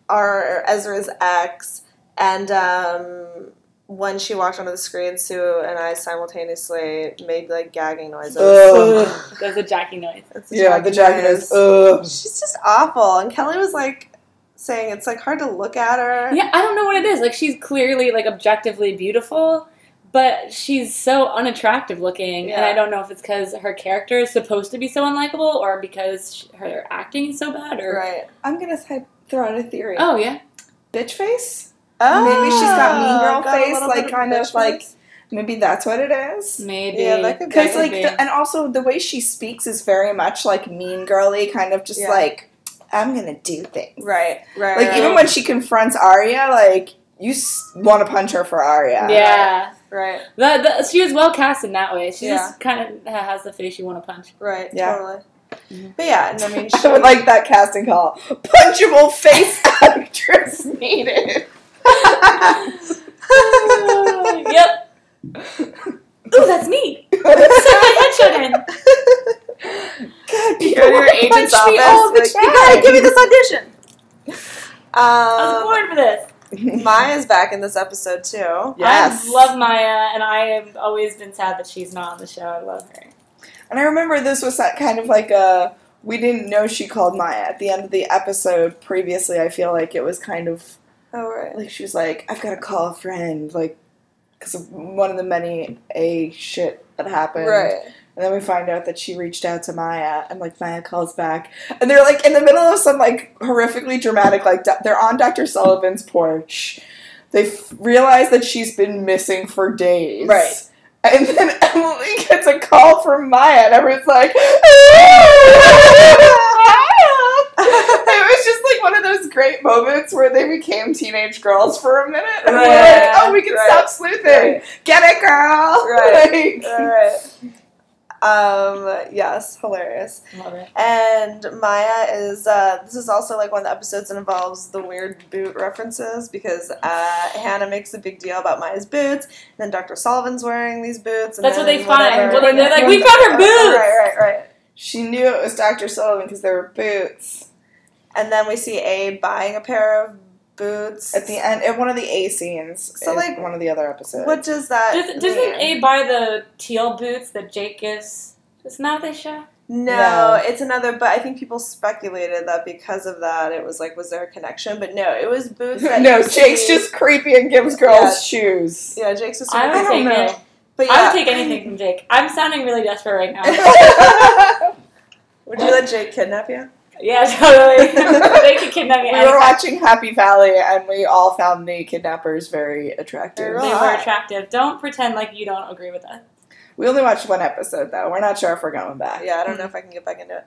Speaker 2: our Ezra's ex, and um, when she walked onto the screen, Sue and I simultaneously made like gagging noises.
Speaker 7: Ugh.
Speaker 8: There's a Jackie noise.
Speaker 2: That's
Speaker 7: Uh, Yeah, the Uh. jacket is. Ugh.
Speaker 2: She's just awful, and Kelly was like saying it's like hard to look at her.
Speaker 8: (laughs) Yeah, I don't know what it is. Like she's clearly like objectively beautiful, but she's so unattractive looking, and
Speaker 2: Yeah.
Speaker 8: I don't know if it's because her character is supposed to be so unlikable or because sh her acting is so bad. Or
Speaker 2: Right.
Speaker 7: I'm gonna th- throw out a theory.
Speaker 8: oh yeah,
Speaker 7: Bitch face? Maybe she's got mean girl
Speaker 2: Oh, got a
Speaker 7: face,
Speaker 2: little
Speaker 7: like,
Speaker 2: bit
Speaker 7: kind
Speaker 2: bitch
Speaker 7: of, like,
Speaker 2: face.
Speaker 7: Maybe that's what it is.
Speaker 8: maybe
Speaker 2: Yeah, that could be.
Speaker 7: Because like,
Speaker 8: Maybe.
Speaker 7: the, and also the way she speaks is very much like mean girly, kind of just
Speaker 2: Yeah.
Speaker 7: like I'm gonna do things.
Speaker 2: right, right.
Speaker 7: Like
Speaker 2: right,
Speaker 7: even when she confronts Arya, like you s- want to punch her for Arya.
Speaker 8: yeah.
Speaker 2: right,
Speaker 8: The, the, she was well cast in that way. She
Speaker 2: Yeah.
Speaker 8: just kind of has the face you want to punch. (laughs)
Speaker 2: right,
Speaker 7: Yeah.
Speaker 2: totally. But yeah, and I
Speaker 7: (laughs)
Speaker 2: mean,
Speaker 7: (laughs)
Speaker 2: she
Speaker 7: I would like that casting call. Punchable
Speaker 2: (laughs)
Speaker 7: face actress (laughs) needed. (laughs)
Speaker 8: yep.
Speaker 2: (laughs)
Speaker 8: Ooh, that's me. Send my headshot in.
Speaker 2: you go to your agent's
Speaker 7: Punch me
Speaker 2: office.
Speaker 7: all the
Speaker 2: like, you gotta
Speaker 7: time."
Speaker 2: give me this audition.
Speaker 8: I was
Speaker 2: Um,
Speaker 8: born for
Speaker 7: (laughs)
Speaker 8: this.
Speaker 2: Maya's back in this episode too.
Speaker 7: Yes.
Speaker 8: I love Maya, and I have always been sad that she's not on the show. I love her.
Speaker 7: And I remember this was that kind of like a we didn't know she called Maya at the end of the episode. Previously, I feel like it was kind of
Speaker 2: Oh right.
Speaker 7: like she was like, "I've got to call a friend," like because of one of the many a shit that happened.
Speaker 2: Right.
Speaker 7: And then we find out that she reached out to Maya, and like Maya calls back, and they're like in the middle of some like horrifically dramatic like do- they're on Dr. Sullivan's porch. They f- realize that she's been missing for days,
Speaker 2: Right.
Speaker 7: And then (laughs) Emily gets a call from Maya, and everyone's like, (laughs) "It was just like one of those great moments where they became teenage girls for a minute, and we're like,
Speaker 2: Right.
Speaker 7: "Oh, we can
Speaker 2: Right.
Speaker 7: stop sleuthing,
Speaker 2: Right.
Speaker 7: get it, girl!" (laughs)
Speaker 2: Right.
Speaker 7: Like- (laughs)
Speaker 2: All right. Um, yes, hilarious.
Speaker 8: Love her.
Speaker 2: And Maya is, uh, this is also like one of the episodes that involves the weird boot references because uh, Hannah makes a big deal about Maya's boots, and then Dr. Sullivan's wearing these boots. And
Speaker 8: That's
Speaker 2: then
Speaker 8: what they find.
Speaker 2: whatever-
Speaker 8: When they're like, we found her boots!
Speaker 2: Right, right, right.
Speaker 7: She knew it was Dr. Sullivan because there were boots.
Speaker 2: And then we see Abe buying a pair of boots.
Speaker 7: At the end, at one of the A scenes.
Speaker 2: So,
Speaker 7: in
Speaker 2: like,
Speaker 7: one of the other episodes. (laughs)
Speaker 2: What does that
Speaker 8: Does,
Speaker 2: mean?
Speaker 8: doesn't A buy the teal boots that Jake gives? Isn't that what they show?
Speaker 2: No, it's another. But I think people speculated that because of that, it was like, was there a connection? But no, it
Speaker 7: (laughs)
Speaker 2: was boots. That
Speaker 7: no,
Speaker 2: used to
Speaker 7: Jake's
Speaker 2: be-
Speaker 7: just creepy and gives girls shoes.
Speaker 2: yeah. Jake's just.
Speaker 8: I would
Speaker 2: don't
Speaker 8: take
Speaker 2: know.
Speaker 8: it.
Speaker 2: But
Speaker 8: I
Speaker 2: yeah,
Speaker 8: would take
Speaker 2: (laughs)
Speaker 8: anything from Jake. I'm sounding really desperate right now.
Speaker 2: would you let Jake kidnap you?
Speaker 8: yeah,
Speaker 2: (laughs)
Speaker 8: totally. they could kidnap
Speaker 7: we
Speaker 8: me. anytime.
Speaker 7: were watching Happy Valley and we all found the kidnappers very attractive.
Speaker 2: They're
Speaker 8: They were
Speaker 2: hot.
Speaker 8: attractive. Don't pretend like you don't agree with us.
Speaker 7: We only watched one episode though. We're not sure if we're going back.
Speaker 2: Uh, Yeah, I don't know if I can get back into it.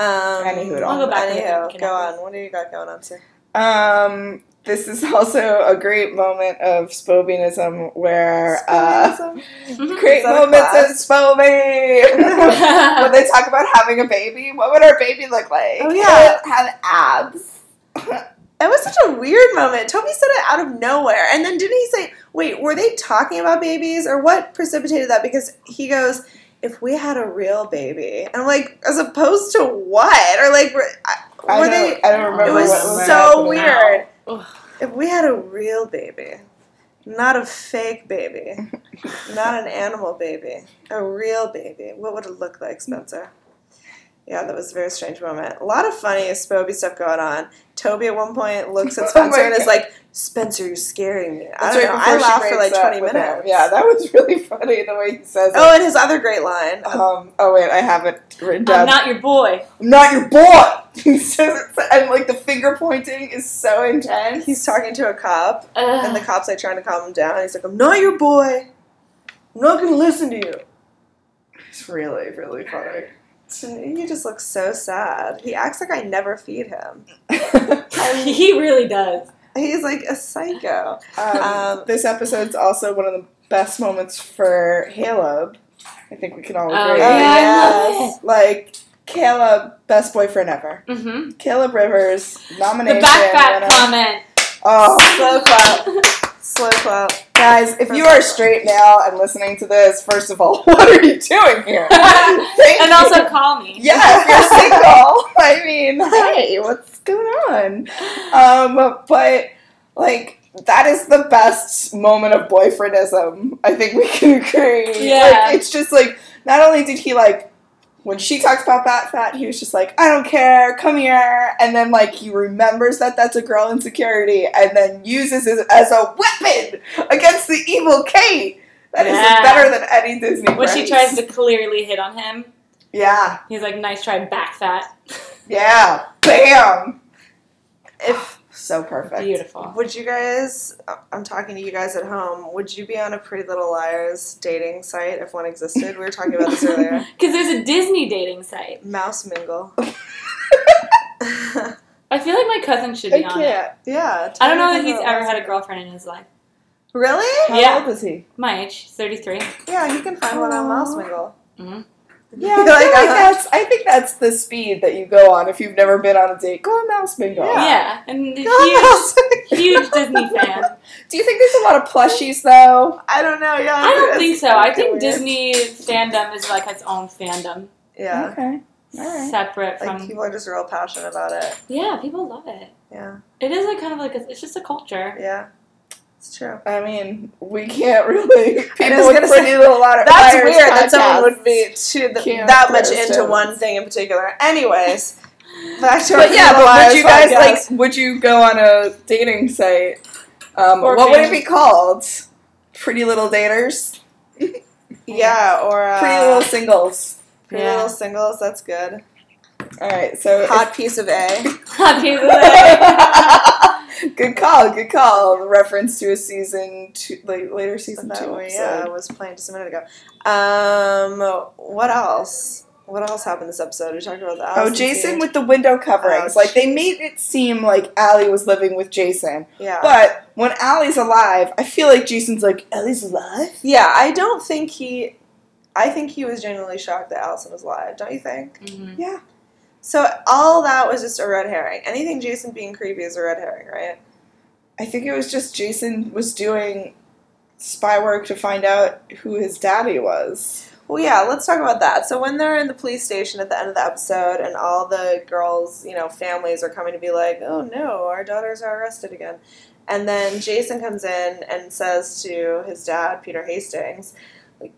Speaker 2: Um,
Speaker 7: Anywho,
Speaker 8: I'll go back and
Speaker 2: Anywho,
Speaker 8: kidnap
Speaker 2: go
Speaker 8: us.
Speaker 2: on. What do you got going on, Sue?
Speaker 7: Um, this is (laughs) also a great moment of spobianism where uh, (laughs)
Speaker 2: Is
Speaker 7: great
Speaker 2: that a
Speaker 7: moments
Speaker 2: class?
Speaker 7: of
Speaker 2: (laughs)
Speaker 7: spobing. when they talk about having a baby, what would our baby look like?
Speaker 2: Oh, yeah.
Speaker 7: Would it have abs.
Speaker 2: It was such a weird moment. Toby said it out of nowhere. And then didn't he say, wait, were they talking about babies or what precipitated that? Because he goes, if we had a real baby. And I'm like, as opposed to what? Or like, were,
Speaker 7: I
Speaker 2: were
Speaker 7: don't,
Speaker 2: they,
Speaker 7: I don't remember.
Speaker 2: it was
Speaker 7: what what
Speaker 2: so
Speaker 7: happened.
Speaker 2: weird.
Speaker 8: Ugh.
Speaker 2: If we had a real baby, not a
Speaker 7: (laughs)
Speaker 2: fake baby, not an animal baby, a real baby, what would it look like, Spencer? Yeah, that was a very strange moment. A lot of funny Spoby stuff going on. Toby at one point
Speaker 7: (laughs)
Speaker 2: looks
Speaker 7: Oh
Speaker 2: at Spencer
Speaker 7: my
Speaker 2: and is
Speaker 7: God.
Speaker 2: like, Spencer, you're scaring me. I
Speaker 7: That's
Speaker 2: don't
Speaker 7: right
Speaker 2: know.
Speaker 7: before
Speaker 2: I
Speaker 7: she
Speaker 2: laughed for like
Speaker 7: breaks up
Speaker 2: 20
Speaker 7: with him.
Speaker 2: minutes.
Speaker 7: Yeah, that was really funny the way he says
Speaker 2: Oh,
Speaker 7: it.
Speaker 2: and his other great line.
Speaker 7: Um, oh wait, I have it written down.
Speaker 8: I'm not your boy.
Speaker 7: I'm not your boy. (laughs) he says it, so- and like the finger pointing is so intense.
Speaker 2: He's talking to a cop,
Speaker 7: (sighs)
Speaker 2: and the (laughs)
Speaker 8: Ugh.
Speaker 2: cop's like trying to calm him down. He's like, I'm not your boy. I'm not going to listen to you.
Speaker 7: It's really, really
Speaker 2: (laughs)
Speaker 7: funny.
Speaker 2: And He just looks so sad. He acts like I never feed him.
Speaker 8: he really does.
Speaker 2: He's like a psycho.
Speaker 7: Um,
Speaker 2: Um,
Speaker 7: this episode's also one of the best moments for Caleb. I think we can all agree.
Speaker 8: Oh,
Speaker 2: yes.
Speaker 7: Like Caleb, best boyfriend ever.
Speaker 8: hmm
Speaker 7: Caleb Rivers
Speaker 8: The
Speaker 7: nomination.
Speaker 8: back fat
Speaker 7: winner.
Speaker 8: (laughs) comment.
Speaker 7: Oh,
Speaker 2: Slow clap. Slow clap.
Speaker 7: Guys, if you are straight now and listening to this, first of all, (laughs) what are you doing
Speaker 8: (laughs)
Speaker 7: here? Thank
Speaker 8: and
Speaker 7: you.
Speaker 8: also call me.
Speaker 7: Yeah, if you're single, (laughs) I mean, hey, what's going on? Um, but like that is the best moment of boyfriendism. I think we can agree.
Speaker 8: Yeah.
Speaker 7: like, it's just like not only did he like when she talks about that fat, he was just like, I don't care, come here, and then like he remembers that that's a girl insecurity, and then uses it as a weapon against the evil Kate. (laughs) That is
Speaker 8: Yeah.
Speaker 7: better than any Disney.
Speaker 8: When she
Speaker 7: phrase.
Speaker 8: tries to clearly hit on him,
Speaker 7: yeah.
Speaker 8: he's like, nice try, back fat.
Speaker 7: Yeah. Bam. If so perfect.
Speaker 8: (laughs) Beautiful.
Speaker 2: Would you guys? I'm talking to you guys at home. Would you be on a Pretty Little Liars dating site if one existed? We were talking about this
Speaker 8: (laughs)
Speaker 2: earlier.
Speaker 8: Because there's a Disney dating site.
Speaker 2: Mouse mingle.
Speaker 8: I feel like my cousin should
Speaker 2: I
Speaker 8: be on it.
Speaker 2: can't. Yeah.
Speaker 8: I
Speaker 2: totally
Speaker 8: don't know that he's
Speaker 2: different
Speaker 8: ever
Speaker 2: ones.
Speaker 8: had a girlfriend in his life.
Speaker 2: Really?
Speaker 7: How
Speaker 8: Yeah.
Speaker 7: old is he?
Speaker 8: My age, 33.
Speaker 2: Yeah, he can find one on
Speaker 7: Aw.
Speaker 2: Mouse Mingle.
Speaker 8: Oh.
Speaker 7: Yeah, I,
Speaker 2: Like,
Speaker 7: feel like
Speaker 2: uh-huh.
Speaker 7: that's, I think that's the speed that you go on if you've never been on a date. Go on Mouse Bingo.
Speaker 8: Yeah.
Speaker 7: (laughs)
Speaker 8: And a
Speaker 2: Mouse Mingle.
Speaker 8: huge, huge Disney fan.
Speaker 7: Do you think there's a lot of plushies though?
Speaker 2: I don't know. Yeah.
Speaker 8: I don't think so. I think
Speaker 2: weird.
Speaker 8: Disney fandom is like its own fandom,
Speaker 2: Yeah.
Speaker 7: Okay. Alright.
Speaker 8: separate
Speaker 2: Like
Speaker 8: from.
Speaker 2: people are just real passionate about it.
Speaker 8: Yeah, people love it.
Speaker 2: Yeah.
Speaker 8: It is like kind of like a, it's just a culture.
Speaker 2: Yeah. It's true.
Speaker 7: I mean, we can't really. People
Speaker 2: was
Speaker 7: with
Speaker 2: gonna
Speaker 7: pretty
Speaker 2: say,
Speaker 7: little lot of
Speaker 2: That's
Speaker 7: Liars
Speaker 2: weird that someone
Speaker 7: podcasts.
Speaker 2: would be too th-
Speaker 7: Can't
Speaker 2: that much
Speaker 7: throw
Speaker 2: into
Speaker 7: stones.
Speaker 2: one thing in particular. Anyways, back to our
Speaker 7: But yeah,
Speaker 2: Little
Speaker 7: but would
Speaker 2: Liars
Speaker 7: you guys
Speaker 2: podcast.
Speaker 7: like? Would you go on a dating site? Um,
Speaker 8: Or
Speaker 7: what would it
Speaker 8: fan-
Speaker 7: be called? Pretty Little Daters.
Speaker 2: Yeah, or uh,
Speaker 7: Pretty Little Singles.
Speaker 2: Pretty
Speaker 8: Yeah.
Speaker 2: Little
Speaker 8: (laughs)
Speaker 2: singles. That's good.
Speaker 7: All right, so
Speaker 2: Hot piece of a.
Speaker 8: Happy with it.
Speaker 7: (laughs) good call, good call. Reference to a season two, like later season
Speaker 2: that
Speaker 7: two
Speaker 2: one, yeah, I
Speaker 7: episode.
Speaker 2: was playing just a minute ago. Um, what else? What else happened this episode? We talked about the
Speaker 7: Oh,
Speaker 2: Allison
Speaker 7: Jason
Speaker 2: feud.
Speaker 7: with the window coverings.
Speaker 2: Ouch.
Speaker 7: Like they made it seem like Allie was living with Jason,
Speaker 2: yeah,
Speaker 7: but when Allie's alive, I feel like Jason's like Allie's alive.
Speaker 2: yeah. I don't think he. I think he was genuinely shocked that Allison was alive. Don't you think? (laughs)
Speaker 8: Mhm.
Speaker 2: So all that was just a red herring. Anything Jason being creepy is a red herring, right?
Speaker 7: I think it was just Jason was doing spy work to find out who his daddy was.
Speaker 2: Well, yeah. Let's talk about that. So when they're in the police station at the end of the episode, and all the girls, you know, families are coming to be like, "Oh no, our daughters are arrested again," and then Jason comes in and says to his dad, Peter Hastings, "Like,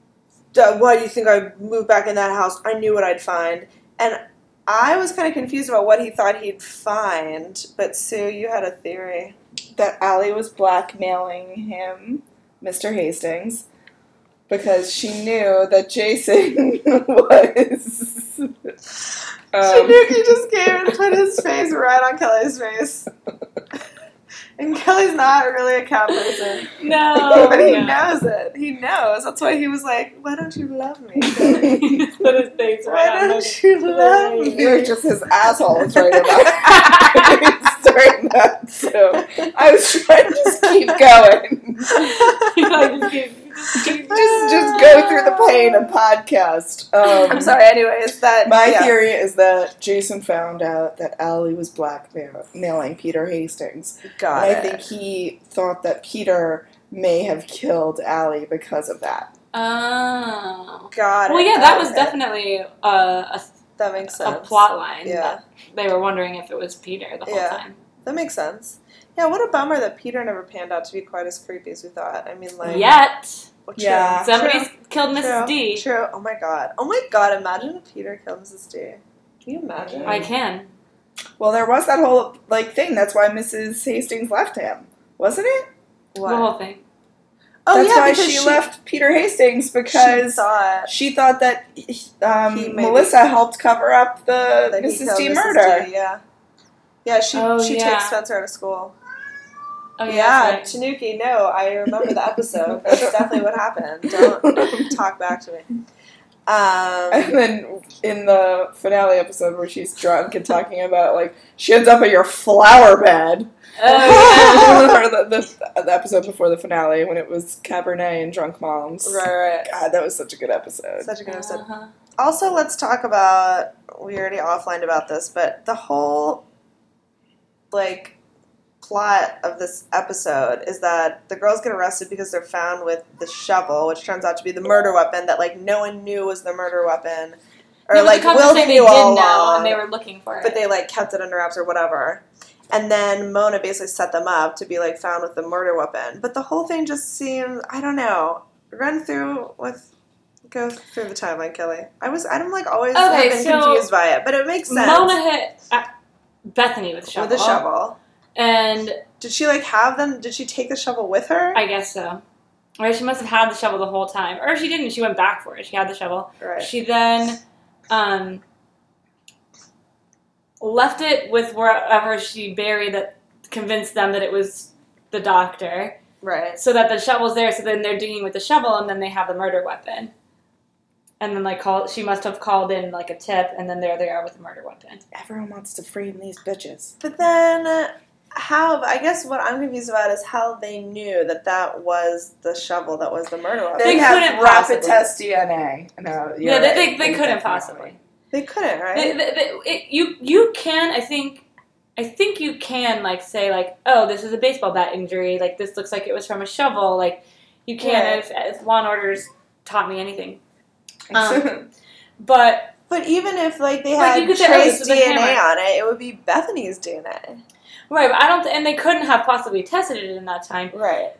Speaker 2: "Dad, why do you think I moved back in that house? I knew what I'd find." And I was kind of confused about what he thought he'd find, but Sue, you had a theory.
Speaker 7: That Allie was blackmailing him, Mr. Hastings, because she knew that Jason (laughs) was. Um,
Speaker 2: Tanuki just came and put his face right on
Speaker 7: (laughs)
Speaker 2: Kelly's face. and Kelly's not really a cat person.
Speaker 8: No.
Speaker 2: but he
Speaker 8: no.
Speaker 2: knows it. He knows. That's why he was like, Why don't you
Speaker 7: (laughs)
Speaker 2: love me?
Speaker 7: Um,
Speaker 2: (laughs)
Speaker 8: He just (laughs) put his face right
Speaker 2: Why
Speaker 8: on
Speaker 2: don't you love
Speaker 8: Right.
Speaker 2: me?
Speaker 7: you were just his asshole was right about (laughs) during that. So I was trying to just keep going,
Speaker 8: He's like,
Speaker 2: (laughs)
Speaker 8: (laughs) just keep- just keep-
Speaker 7: just just go through the pain and podcast. Um,
Speaker 2: I'm sorry, anyways, that
Speaker 7: My
Speaker 2: yeah.
Speaker 7: theory is that Jason found out that Allie was blackmailing Peter Hastings.
Speaker 2: Got
Speaker 7: and I
Speaker 2: it.
Speaker 7: think he thought that Peter may have killed Allie because of that.
Speaker 8: Oh.
Speaker 2: Got it.
Speaker 8: Well, yeah, that was
Speaker 2: Got it.
Speaker 8: definitely uh, a,
Speaker 2: That makes
Speaker 8: a
Speaker 2: sense.
Speaker 8: plot line.
Speaker 2: Yeah.
Speaker 8: that They were wondering if it was Peter the whole
Speaker 2: Yeah.
Speaker 8: time.
Speaker 2: That makes sense. Yeah, what a bummer that Peter never panned out to be quite as creepy as we thought. I mean, like,
Speaker 8: Yet,
Speaker 2: well, true.
Speaker 7: Yeah.
Speaker 8: somebody
Speaker 2: True.
Speaker 8: killed Mrs.
Speaker 2: True.
Speaker 8: D.
Speaker 2: True. Oh my god. Oh my god. Imagine if Peter killed Mrs. D. Can you imagine?
Speaker 8: I can.
Speaker 7: Well, there was that whole like thing. That's why Mrs. Hastings left him, wasn't it?
Speaker 2: What?
Speaker 8: The whole thing.
Speaker 2: oh
Speaker 7: That's
Speaker 2: yeah,
Speaker 7: why
Speaker 2: because
Speaker 7: she, left Peter Hastings
Speaker 2: She
Speaker 7: because she,
Speaker 2: saw it.
Speaker 7: thought that um,
Speaker 2: He maybe-
Speaker 7: Melissa helped cover up the
Speaker 2: that he
Speaker 7: Mrs.
Speaker 2: killed
Speaker 7: D
Speaker 2: Mrs.
Speaker 7: murder.
Speaker 2: D, yeah. Yeah. She
Speaker 8: Oh,
Speaker 2: she
Speaker 8: yeah.
Speaker 2: takes Spencer out of school.
Speaker 8: Oh, yeah.
Speaker 2: yeah.
Speaker 8: that's right.
Speaker 2: Tanuki. No, I remember the episode. That's definitely what
Speaker 7: (laughs)
Speaker 2: happened. Don't talk back to me. Um.
Speaker 7: And then in the finale episode where she's drunk and talking about like she ends up at your flower bed.
Speaker 8: Oh,
Speaker 7: (laughs) Or the, the, the episode before the finale when it was Cabernet and drunk moms.
Speaker 2: Right. Right.
Speaker 7: God, that was such a good episode.
Speaker 2: Such a good
Speaker 8: yeah.
Speaker 2: episode.
Speaker 8: Uh-huh.
Speaker 2: Also, let's talk about we already offlined about this, but the whole like plot of this episode is that the girls get arrested because they're found with the shovel, which turns out to be the murder weapon that like no one knew was the murder weapon, or
Speaker 8: No, but
Speaker 2: like
Speaker 8: the cops
Speaker 2: Will
Speaker 8: were saying
Speaker 2: knew
Speaker 8: they
Speaker 2: all
Speaker 8: did know,
Speaker 2: along,
Speaker 8: and they were looking for it.
Speaker 2: but they like kept it under wraps or whatever. And then Mona basically set them up to be like found with the murder weapon. But the whole thing just seemed I don't know. Run through with go through the timeline, Kelly. I was I'm like always have
Speaker 8: Okay,
Speaker 2: been
Speaker 8: so
Speaker 2: confused by it, but it makes sense.
Speaker 8: Mona hit uh, Bethany with shovel.
Speaker 2: with a shovel.
Speaker 8: And
Speaker 2: Did she like have them? Did she take the shovel with her?
Speaker 8: I guess so. Or she must have had the shovel the whole time. Or she didn't. She went back for it. She had the shovel.
Speaker 2: right.
Speaker 8: She then um, left it with wherever she buried that convinced them that it was the doctor.
Speaker 2: right.
Speaker 8: So that the shovel's there. So then they're digging with the shovel and then they have the murder weapon. And then like call she must have called in like a tip and then there they are with the murder weapon.
Speaker 7: Everyone wants to frame these bitches.
Speaker 2: But then uh, how? I guess what I'm confused about is how they knew that that was the shovel that was the murder weapon.
Speaker 8: They
Speaker 7: They have
Speaker 8: couldn't
Speaker 7: rapid
Speaker 8: possibly.
Speaker 7: test DNA. No, you're
Speaker 8: yeah, they,
Speaker 7: right.
Speaker 8: they, they couldn't
Speaker 7: definitely. (laughs)
Speaker 8: possibly.
Speaker 2: They couldn't, right?
Speaker 8: They- they- they- it- you you can I think I think you can like say like oh this is a baseball bat injury like this looks like it was from a shovel like you can
Speaker 2: Right.
Speaker 8: if, if Law and Order's taught me anything (laughs) Um, but
Speaker 2: But even if like they
Speaker 8: Like,
Speaker 2: had
Speaker 8: you could say, oh,
Speaker 2: trace
Speaker 8: this is a
Speaker 2: DNA
Speaker 8: hammer.
Speaker 2: on it, it would be Bethany's DNA.
Speaker 8: right but I don't th- and they couldn't have possibly tested it in that time
Speaker 2: Right.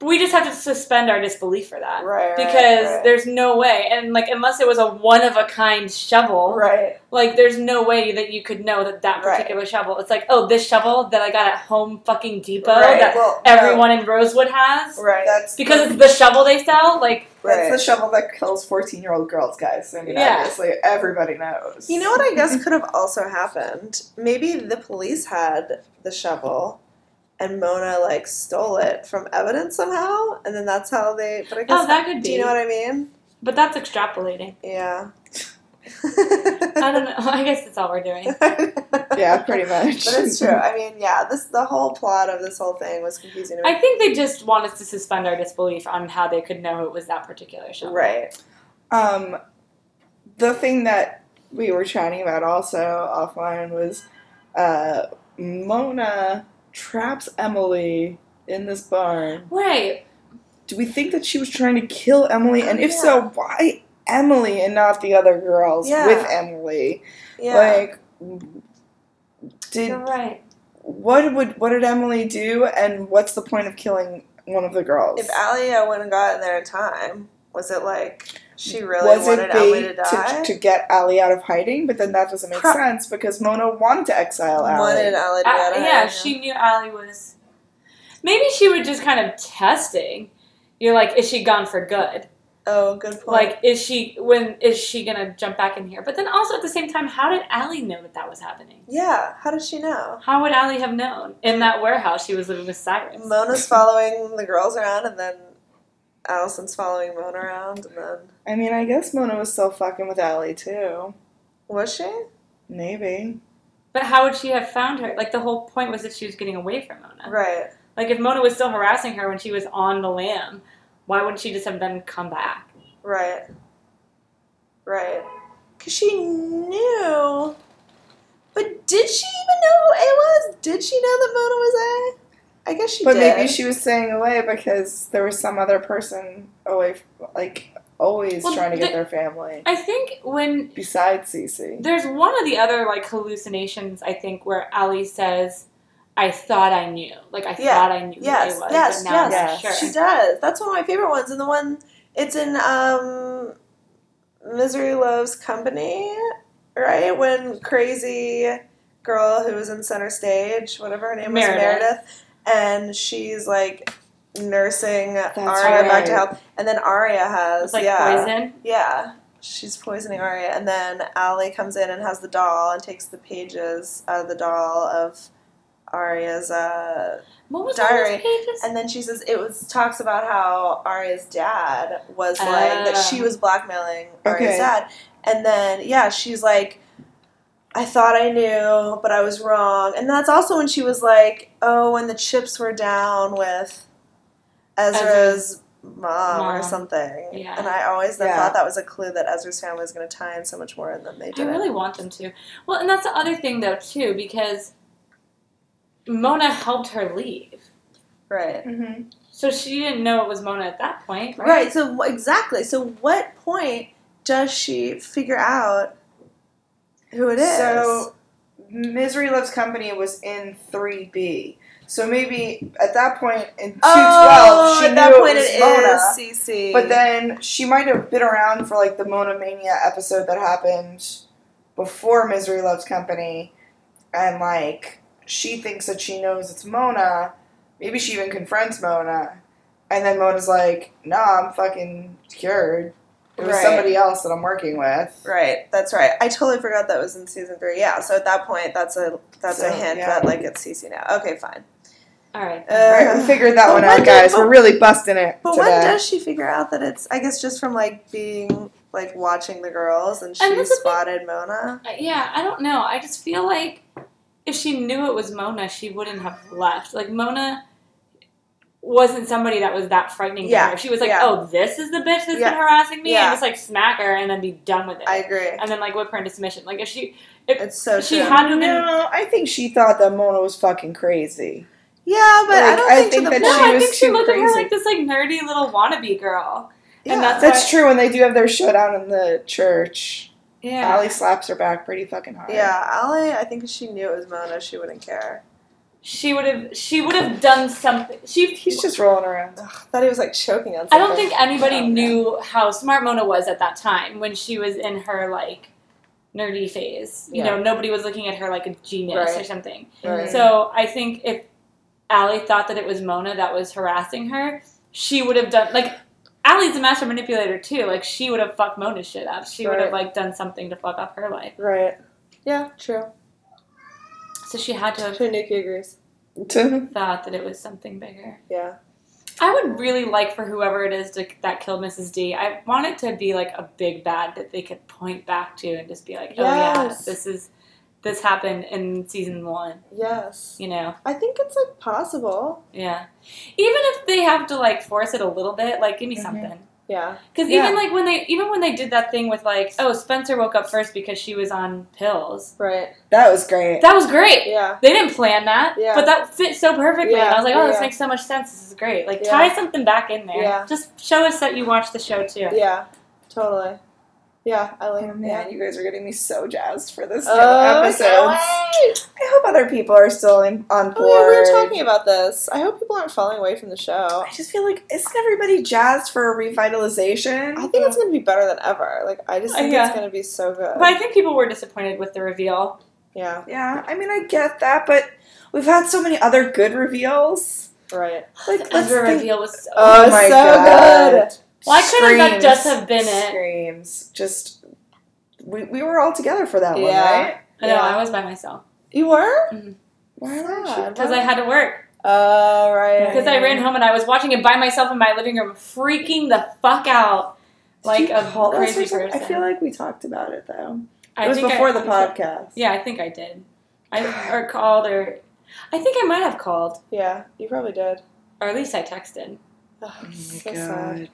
Speaker 8: we just have to suspend our disbelief for that
Speaker 2: Right.
Speaker 8: because
Speaker 2: right,
Speaker 8: there's no way and like unless it was a one of a kind shovel
Speaker 2: right.
Speaker 8: Like, there's no way that you could know that that
Speaker 2: Right.
Speaker 8: particular shovel. It's like, oh, this shovel that I got at Home fucking Depot
Speaker 2: Right,
Speaker 8: that
Speaker 7: well, no.
Speaker 8: everyone in Rosewood has
Speaker 2: Right.
Speaker 7: That's
Speaker 8: because it's the shovel they sell. Like,
Speaker 7: That's
Speaker 2: Right.
Speaker 7: the shovel that kills 14 year old girls, guys. I mean,
Speaker 8: Yeah.
Speaker 7: obviously, everybody knows.
Speaker 2: You know what I guess could have also happened? Maybe the police had the shovel and Mona like stole it from evidence somehow and then that's how they but I guess
Speaker 8: oh, that could
Speaker 2: do
Speaker 8: be.
Speaker 2: you know what I mean?
Speaker 8: but that's extrapolating.
Speaker 2: Yeah.
Speaker 8: I don't know. (laughs) I guess that's all
Speaker 2: (laughs)
Speaker 8: we're doing.
Speaker 7: Yeah, pretty much.
Speaker 2: But it's
Speaker 8: (laughs)
Speaker 2: true. I mean, yeah, this the whole plot of this whole thing was confusing to me.
Speaker 8: I think they just want us to suspend our disbelief on how they could know it was that particular shovel.
Speaker 2: right.
Speaker 7: (laughs) Um, the thing that we were chatting about also offline was uh, Mona traps Emily in this barn.
Speaker 8: Right.
Speaker 7: Do we think that she was trying to kill Emily? And if so, why Emily and not the other girls
Speaker 2: Yeah.
Speaker 7: with Emily?
Speaker 2: Yeah.
Speaker 7: Like, did
Speaker 8: You're right.
Speaker 7: what would what did Emily do, and what's the point of killing one of the girls?
Speaker 2: If Alia wouldn't have gotten there in time, was it like she really wanted Ellie to
Speaker 7: bait
Speaker 2: die?
Speaker 7: to get Allie out of hiding? But then that doesn't make
Speaker 2: Pro-
Speaker 7: sense because Mona wanted to exile Allie.
Speaker 2: wanted Ellie to
Speaker 8: Uh,
Speaker 2: get out of
Speaker 8: yeah,
Speaker 2: hiding.
Speaker 8: she knew Allie was. Maybe she was just kind of testing. You're like, is she gone for good?
Speaker 2: Oh, good point.
Speaker 8: Like, is she when is she gonna jump back in here? But then also at the same time, how did Allie know that that was happening?
Speaker 2: yeah, how does she know?
Speaker 8: How would Allie have known in that warehouse she was living with Cyrus?
Speaker 2: Mona's (laughs) following the girls around, and then Allison's following Mona around, and then
Speaker 7: I mean, I guess Mona was still fucking with Allie too.
Speaker 2: was she?
Speaker 8: Uh-huh.
Speaker 7: Maybe.
Speaker 8: But how would she have found her? Like the whole point was that she was getting away from Mona.
Speaker 2: Right.
Speaker 8: Like if Mona was still harassing her when she was on the lam, why wouldn't she just have then come back?
Speaker 2: Right. Right. Because she knew. But did she even know who A was? Did she know that Mona was A? I guess she
Speaker 7: but
Speaker 2: did.
Speaker 7: maybe she was staying away because there was some other person away, f- like always
Speaker 8: Well,
Speaker 7: trying to get
Speaker 8: the-
Speaker 7: their family.
Speaker 8: I think when
Speaker 7: Besides Cece.
Speaker 8: there's one of the other like hallucinations, I think where Allie says, "I thought I knew, like I
Speaker 2: Yeah.
Speaker 8: thought I knew
Speaker 2: Yes,
Speaker 8: who it was,
Speaker 2: yes,
Speaker 8: but now I'm
Speaker 7: yes.
Speaker 8: not sure."
Speaker 2: She does. That's one of my favorite ones, and the one it's in um, Misery Loves Company, right? When crazy girl who was in center stage, whatever her name was,
Speaker 8: Meredith.
Speaker 2: Meredith, and she's like nursing Aria back to
Speaker 7: right.
Speaker 2: health, and then Aria has
Speaker 8: It's like
Speaker 2: yeah,
Speaker 8: poison.
Speaker 2: yeah. She's poisoning Aria, and then Allie comes in and has the doll and takes the pages out of the doll of Aria's uh,
Speaker 8: What was
Speaker 2: Diary.
Speaker 8: all those pages?
Speaker 2: and then she says it was talks about how Arya's dad was like that
Speaker 8: Ah.
Speaker 2: she was blackmailing Arya's
Speaker 7: Okay.
Speaker 2: dad. And then yeah, she's like I thought I knew, but I was wrong. And that's also when she was like, "Oh, when the chips were down with Ezra's mom, or
Speaker 8: mom.
Speaker 2: something."
Speaker 8: Yeah.
Speaker 2: And I always then
Speaker 7: Yeah.
Speaker 2: thought that was a clue that Ezra's family was going to tie in so much more than they
Speaker 8: I
Speaker 2: did.
Speaker 8: really want them to. Well, and that's the other thing though too, because Mona helped her leave.
Speaker 2: Right.
Speaker 7: Mm-hmm.
Speaker 8: So she didn't know it was Mona at that point, right?
Speaker 2: Right. So wh- exactly. So what point does she figure out who it is?
Speaker 7: So, Misery Loves Company was in 3B. So maybe at that point in 212,
Speaker 2: oh,
Speaker 7: she
Speaker 2: at that
Speaker 7: knew
Speaker 2: point
Speaker 7: it was
Speaker 2: it
Speaker 7: Mona.
Speaker 2: is CC.
Speaker 7: But then she might have been around for like the Mona Mania episode that happened before Misery Loves Company, and like she thinks that she knows it's Mona. Maybe she even confronts Mona, and then Mona's like, "Nah, I'm fucking cured. It was
Speaker 2: Right.
Speaker 7: somebody else that I'm working with."
Speaker 2: Right, that's right. I totally forgot that was in season three. Yeah, so at that point, that's a that's
Speaker 7: So,
Speaker 2: a hint
Speaker 7: yeah.
Speaker 2: that like it's CC now. Okay, fine.
Speaker 8: All right.
Speaker 7: All right, we
Speaker 2: Uh,
Speaker 7: figured that
Speaker 2: But
Speaker 7: one
Speaker 2: when
Speaker 7: out,
Speaker 2: did-
Speaker 7: guys.
Speaker 2: but-
Speaker 7: We're really busting it
Speaker 2: (laughs) but when
Speaker 7: today.
Speaker 2: does she figure out that it's? I guess just from like being like watching the girls and she
Speaker 8: And this is the-
Speaker 2: spotted Mona.
Speaker 8: Uh, Yeah, I don't know. I just feel like if she knew it was Mona, she wouldn't have left. Like Mona wasn't somebody that was that frightening
Speaker 2: Yeah,
Speaker 8: to her. She was like,
Speaker 2: yeah.
Speaker 8: "Oh, this is the bitch that's
Speaker 2: Yeah.
Speaker 8: been harassing me,"
Speaker 2: Yeah.
Speaker 8: and just like smack her and then be done with it,
Speaker 2: I agree.
Speaker 8: and then like whip her into submission. Like if she,
Speaker 2: It's so
Speaker 8: she
Speaker 2: true.
Speaker 8: hadn't been
Speaker 7: no, I think she thought that Mona was fucking crazy.
Speaker 2: yeah, but I
Speaker 7: Like,
Speaker 2: don't
Speaker 7: I
Speaker 2: think,
Speaker 7: think
Speaker 2: to the
Speaker 7: that
Speaker 8: No,
Speaker 2: point.
Speaker 7: she
Speaker 8: I
Speaker 7: was
Speaker 8: think she
Speaker 7: too
Speaker 8: looked at her
Speaker 7: crazy.
Speaker 8: like this like nerdy little wannabe girl.
Speaker 2: Yeah.
Speaker 8: And that's,
Speaker 7: That's
Speaker 8: why-
Speaker 7: true. When they do have their showdown in the church,
Speaker 8: Yeah.
Speaker 7: Allie slaps her back pretty fucking hard.
Speaker 2: Yeah, Allie. I think if she knew it was Mona, she wouldn't care.
Speaker 8: She would have she would have done something. She
Speaker 7: he's just rolling around.
Speaker 2: I thought he was like choking on. Something.
Speaker 8: I don't think anybody
Speaker 2: Oh, okay.
Speaker 8: knew how smart Mona was at that time when she was in her like nerdy phase. You
Speaker 2: Yeah.
Speaker 8: know, nobody was looking at her like a genius or
Speaker 2: Right.
Speaker 8: something.
Speaker 2: Right.
Speaker 8: So I think if Allie thought that it was Mona that was harassing her, she would have done like Allie's a master manipulator too. Like she would have fucked Mona's shit up. She would have like done something to fuck up her life.
Speaker 7: Right.
Speaker 2: Yeah, true.
Speaker 8: So
Speaker 7: (laughs)
Speaker 8: she had to have
Speaker 2: Tanuki agrees.
Speaker 8: thought that it was something bigger.
Speaker 2: Yeah.
Speaker 8: I would really like for whoever it is to, that killed Mrs. D. I want it to be like a big bad that they could point back to and just be like, "Oh
Speaker 2: Yes.
Speaker 8: yeah, this is this happened in season one."
Speaker 2: Yes.
Speaker 8: You know,
Speaker 2: I think it's like possible.
Speaker 8: yeah. Even if they have to like force it a little bit, like give me
Speaker 7: Mhm.
Speaker 8: something.
Speaker 2: Mm-hmm. Yeah.
Speaker 8: Because
Speaker 7: Yeah.
Speaker 8: even like when they even when they did that thing with like, oh Spencer woke up first because she was on pills.
Speaker 2: Right.
Speaker 7: (laughs) That was great.
Speaker 8: That was great.
Speaker 2: Yeah.
Speaker 8: They didn't plan that,
Speaker 2: Yeah.
Speaker 8: but that fit so perfectly.
Speaker 2: Yeah,
Speaker 8: And I was like, oh, this
Speaker 2: yeah.
Speaker 8: makes so much sense. This is great. Like,
Speaker 2: Yeah.
Speaker 8: tie something back in there.
Speaker 2: Yeah.
Speaker 8: Just show us that you watched the show too.
Speaker 2: Yeah. Totally. Yeah, I like
Speaker 7: Oh man, you guys are getting me so jazzed for this
Speaker 2: Oh,
Speaker 7: episode.
Speaker 2: can't wait.
Speaker 7: I hope other people are still in, on board.
Speaker 2: Oh, yeah, we were talking about this. I hope people aren't falling away from the show.
Speaker 7: I just feel like isn't everybody jazzed for a revitalization?
Speaker 2: I think it's gonna be better than ever. Like I just
Speaker 8: Uh,
Speaker 2: think
Speaker 8: yeah.
Speaker 2: it's gonna be so good.
Speaker 8: But I think people were disappointed with the reveal.
Speaker 2: yeah,
Speaker 7: yeah. I mean, I get that, but we've had so many other good reveals.
Speaker 2: right.
Speaker 7: Like, let's
Speaker 8: The Ezra
Speaker 7: think-
Speaker 8: reveal was so.
Speaker 2: Oh,
Speaker 7: my
Speaker 2: so
Speaker 7: God.
Speaker 2: good.
Speaker 8: Why couldn't that
Speaker 7: Screams.
Speaker 8: just have been it?
Speaker 7: Screams. Just we, we were all together for that
Speaker 2: Yeah.
Speaker 7: one, right?
Speaker 8: I know,
Speaker 2: Yeah.
Speaker 8: I was by myself
Speaker 2: You were?
Speaker 7: Why
Speaker 2: Sad.
Speaker 7: not?
Speaker 8: because Mm-hmm. I had to work.
Speaker 2: Oh, right.
Speaker 8: Because I ran home and I was watching it by myself in my living room, freaking the fuck out. Like
Speaker 7: Did you
Speaker 8: a
Speaker 7: call us or
Speaker 8: crazy
Speaker 7: something?
Speaker 8: person.
Speaker 7: I feel like we talked about it though.
Speaker 8: I
Speaker 7: it was
Speaker 8: think I-
Speaker 7: before the podcast.
Speaker 8: Yeah, I think I did. I or called or I think I might have called
Speaker 2: Yeah, you probably did.
Speaker 8: or at least I texted.
Speaker 2: Oh, so sad.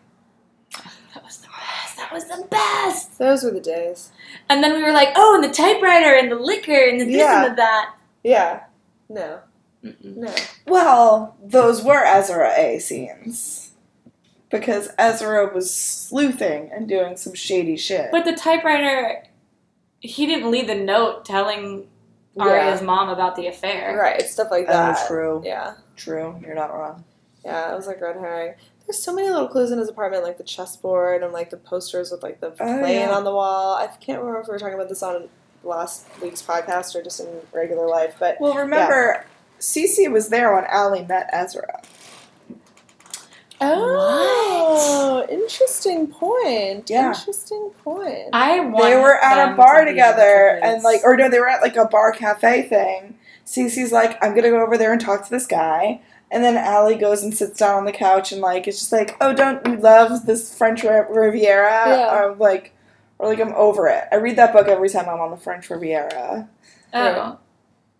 Speaker 8: That was the best. That was the best.
Speaker 2: Those were the days.
Speaker 8: And then we were like, oh, and the typewriter and the liquor and the this
Speaker 7: Yeah.
Speaker 8: and the that.
Speaker 2: Yeah. No.
Speaker 8: Mm-mm.
Speaker 2: No.
Speaker 7: Well, those were Ezra A scenes. Because Ezra was sleuthing and doing some shady shit.
Speaker 8: But the typewriter, he didn't leave the note telling Arya's mom about the affair.
Speaker 2: Right. Stuff like that.
Speaker 7: oh, true.
Speaker 2: Yeah.
Speaker 7: True. You're not wrong.
Speaker 2: Yeah. It was like red herring. There's so many little clues in his apartment, like the chessboard and like the posters with like the plane
Speaker 7: Oh, yeah.
Speaker 2: on the wall. I can't remember if we were talking about this on last week's podcast or just in regular life, but
Speaker 7: Well, remember, Cece was there when Allie met Ezra.
Speaker 2: Oh, interesting point.
Speaker 7: Yeah.
Speaker 2: Interesting point.
Speaker 8: I
Speaker 7: They
Speaker 8: wanted
Speaker 7: were at
Speaker 8: them
Speaker 7: a bar
Speaker 8: to be
Speaker 7: together
Speaker 8: included.
Speaker 7: and, like, or no, they were at, like, a bar cafe thing. Cece's like, I'm gonna go over there and talk to this guy. And then Allie goes and sits down on the couch and, like, it's just like, oh, don't you love this French Ri- Riviera?
Speaker 2: Yeah.
Speaker 7: Or, like, or, like, I'm over it. I read that book every time I'm on the French Riviera.
Speaker 8: oh,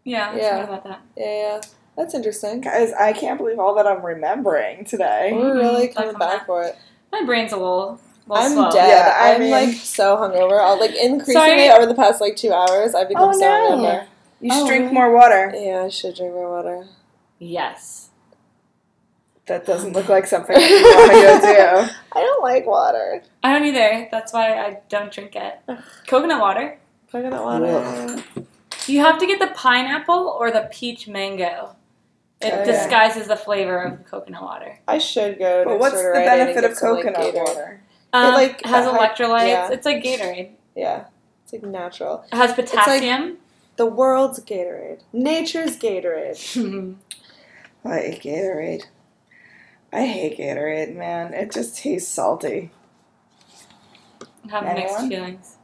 Speaker 8: yeah, I
Speaker 2: Yeah.
Speaker 8: forgot about that.
Speaker 2: yeah, yeah. That's interesting.
Speaker 7: Guys, I can't believe all that I'm remembering today.
Speaker 2: We're really
Speaker 8: Mhm.
Speaker 2: coming
Speaker 8: Talking
Speaker 2: back for it.
Speaker 8: My brain's a little, little
Speaker 2: I'm
Speaker 8: slow.
Speaker 2: dead.
Speaker 7: Yeah, I
Speaker 2: I'm
Speaker 7: mean-
Speaker 2: like so hungover. I'll, like increasingly
Speaker 8: Sorry.
Speaker 7: Oh,
Speaker 2: over the past like two hours, I've become so hungover.
Speaker 7: You should
Speaker 8: Oh,
Speaker 7: drink
Speaker 8: really?
Speaker 7: more water.
Speaker 2: Yeah, I should drink more water.
Speaker 8: Yes.
Speaker 7: That doesn't look like something you want to go
Speaker 2: (laughs)
Speaker 7: do.
Speaker 2: I don't like water.
Speaker 8: I don't either. That's why I don't drink it. Coconut water.
Speaker 2: Coconut water.
Speaker 8: You have to get the pineapple or the peach mango. It
Speaker 7: Okay.
Speaker 8: disguises the flavor of the coconut water.
Speaker 2: I should go.
Speaker 7: But
Speaker 2: to
Speaker 7: what's
Speaker 2: Sororite
Speaker 7: the
Speaker 2: and
Speaker 7: benefit
Speaker 2: get
Speaker 7: of
Speaker 2: some, like,
Speaker 7: coconut
Speaker 2: Gatorade.
Speaker 7: water?
Speaker 8: Um,
Speaker 2: like,
Speaker 8: has
Speaker 2: uh,
Speaker 8: electrolytes.
Speaker 2: yeah.
Speaker 8: It's like Gatorade.
Speaker 2: Yeah, it's like natural.
Speaker 8: It has
Speaker 2: like-
Speaker 8: potassium. (laughs)
Speaker 2: The world's Gatorade, nature's Gatorade.
Speaker 7: Like Gatorade. I hate Gatorade, man. It just tastes salty.
Speaker 8: have mixed
Speaker 7: Anyone?
Speaker 8: feelings.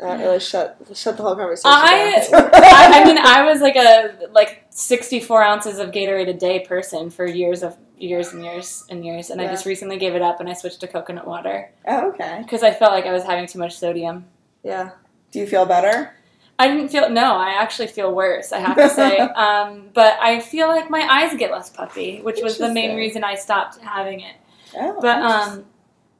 Speaker 2: That really shut shut the whole conversation
Speaker 8: I,
Speaker 2: down.
Speaker 7: (laughs)
Speaker 8: I, I mean, I was like a like sixty-four ounces of Gatorade a day person for years of years and years and years, and I
Speaker 2: Yeah.
Speaker 8: just recently gave it up and I switched to coconut water
Speaker 7: Oh, okay.
Speaker 8: because I felt like I was having too much sodium.
Speaker 2: yeah,
Speaker 7: Do you feel better?
Speaker 8: I didn't feel no. I actually feel worse. I have to
Speaker 7: (laughs)
Speaker 8: say, um, but I feel like my eyes get less puffy, which was the main
Speaker 7: Interesting.
Speaker 8: reason I stopped having it.
Speaker 7: Oh,
Speaker 8: But
Speaker 7: interesting.
Speaker 8: um,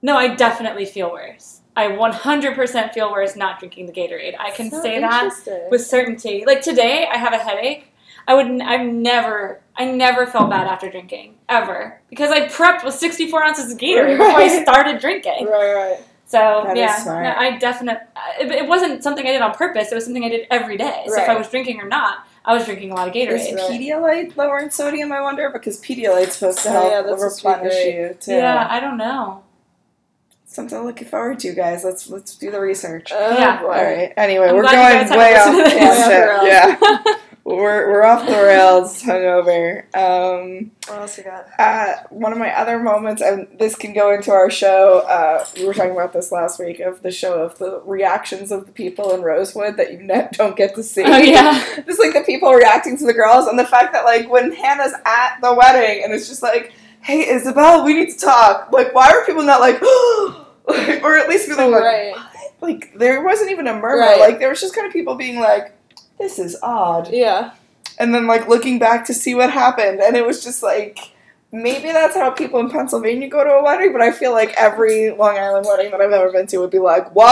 Speaker 8: no, I definitely feel worse. I 100% feel worse not drinking the Gatorade. I can
Speaker 2: So
Speaker 8: say that
Speaker 2: interesting.
Speaker 8: with certainty. Like today, I have a headache. I would. I've never. I never felt bad after drinking ever because I prepped with 64 ounces of
Speaker 7: (laughs)
Speaker 8: Gatorade before I
Speaker 2: Right.
Speaker 8: started drinking.
Speaker 2: right, right.
Speaker 8: So
Speaker 7: That is
Speaker 8: yeah,
Speaker 7: smart.
Speaker 8: no, I definitely. It, it wasn't something I did on purpose. It was something I did every day. So if
Speaker 2: Right.
Speaker 8: I was drinking or not, I was drinking a lot of
Speaker 7: Is
Speaker 8: Gatorade.
Speaker 2: right.
Speaker 7: Pedialyte lower in sodium, I wonder? Because Pedialyte's supposed to
Speaker 2: Oh,
Speaker 7: help
Speaker 2: yeah, that's supposed to be
Speaker 7: replenish
Speaker 2: great.
Speaker 7: you, too.
Speaker 8: Yeah, I don't know.
Speaker 7: (laughs) Something I'm looking forward to, guys. Let's let's do the research.
Speaker 2: Oh,
Speaker 8: Yeah.
Speaker 2: boy.
Speaker 7: All right. Anyway,
Speaker 8: Uh, I'm
Speaker 7: we're
Speaker 8: glad you
Speaker 7: going
Speaker 8: guys had
Speaker 7: way
Speaker 8: to
Speaker 7: off
Speaker 8: listen to this. (laughs)
Speaker 7: tangent.
Speaker 2: Way
Speaker 7: Yeah, we're we're off the rails, hungover. Um,
Speaker 2: What else you got?
Speaker 7: uh, one of my other moments, and this can go into our show. Uh, we were talking about this last week of the show of the reactions of the people in Rosewood that you ne- (laughs) don't get to see.
Speaker 8: Oh yeah.
Speaker 7: (laughs) just like the people reacting to the girls and the fact that like when Hannah's at the wedding and it's just like, hey Isabel, we need to talk. Like, why are people not like, (gasps) like, or at least feeling like,
Speaker 2: Oh, Right.
Speaker 7: "What?" like there wasn't even a murmur.
Speaker 2: Right.
Speaker 7: Like there was just kind of people being like, this is odd,
Speaker 2: Yeah.
Speaker 7: and then like looking back to see what happened, and it was just like. Maybe that's how people in Pennsylvania go to a wedding, but I feel like every Long Island wedding that I've ever been to would be like, "What?"